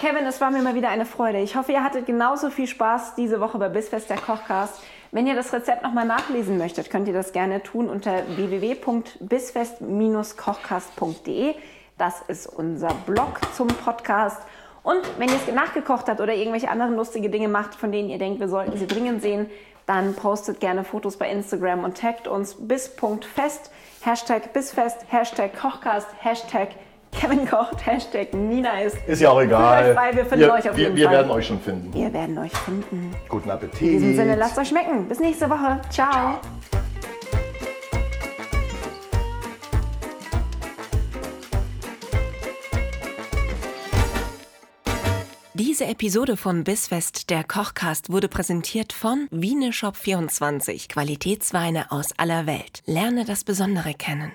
[SPEAKER 1] Kevin, es war mir mal wieder eine Freude. Ich hoffe, ihr hattet genauso viel Spaß diese Woche bei Bissfest der Kochcast. Wenn ihr das Rezept nochmal nachlesen möchtet, könnt ihr das gerne tun unter www.bissfest-kochcast.de. Das ist unser Blog zum Podcast. Und wenn ihr es nachgekocht habt oder irgendwelche anderen lustige Dinge macht, von denen ihr denkt, wir sollten sie dringend sehen, dann postet gerne Fotos bei Instagram und taggt uns bis Punkt fest. Hashtag bisfest, Hashtag Kochcast, Hashtag Kevin kocht, Hashtag Nina ist.
[SPEAKER 3] Ist ja auch egal.
[SPEAKER 1] Frei, wir finden
[SPEAKER 3] wir,
[SPEAKER 1] euch auf
[SPEAKER 3] wir,
[SPEAKER 1] jeden
[SPEAKER 3] wir
[SPEAKER 1] Fall.
[SPEAKER 3] werden euch schon finden.
[SPEAKER 1] Wir werden euch finden.
[SPEAKER 3] Guten Appetit.
[SPEAKER 1] In diesem Sinne, lasst euch schmecken. Bis nächste Woche. Ciao.
[SPEAKER 2] Diese Episode von Bissfest, der Kochcast, wurde präsentiert von Wieneshop24, Qualitätsweine aus aller Welt. Lerne das Besondere kennen.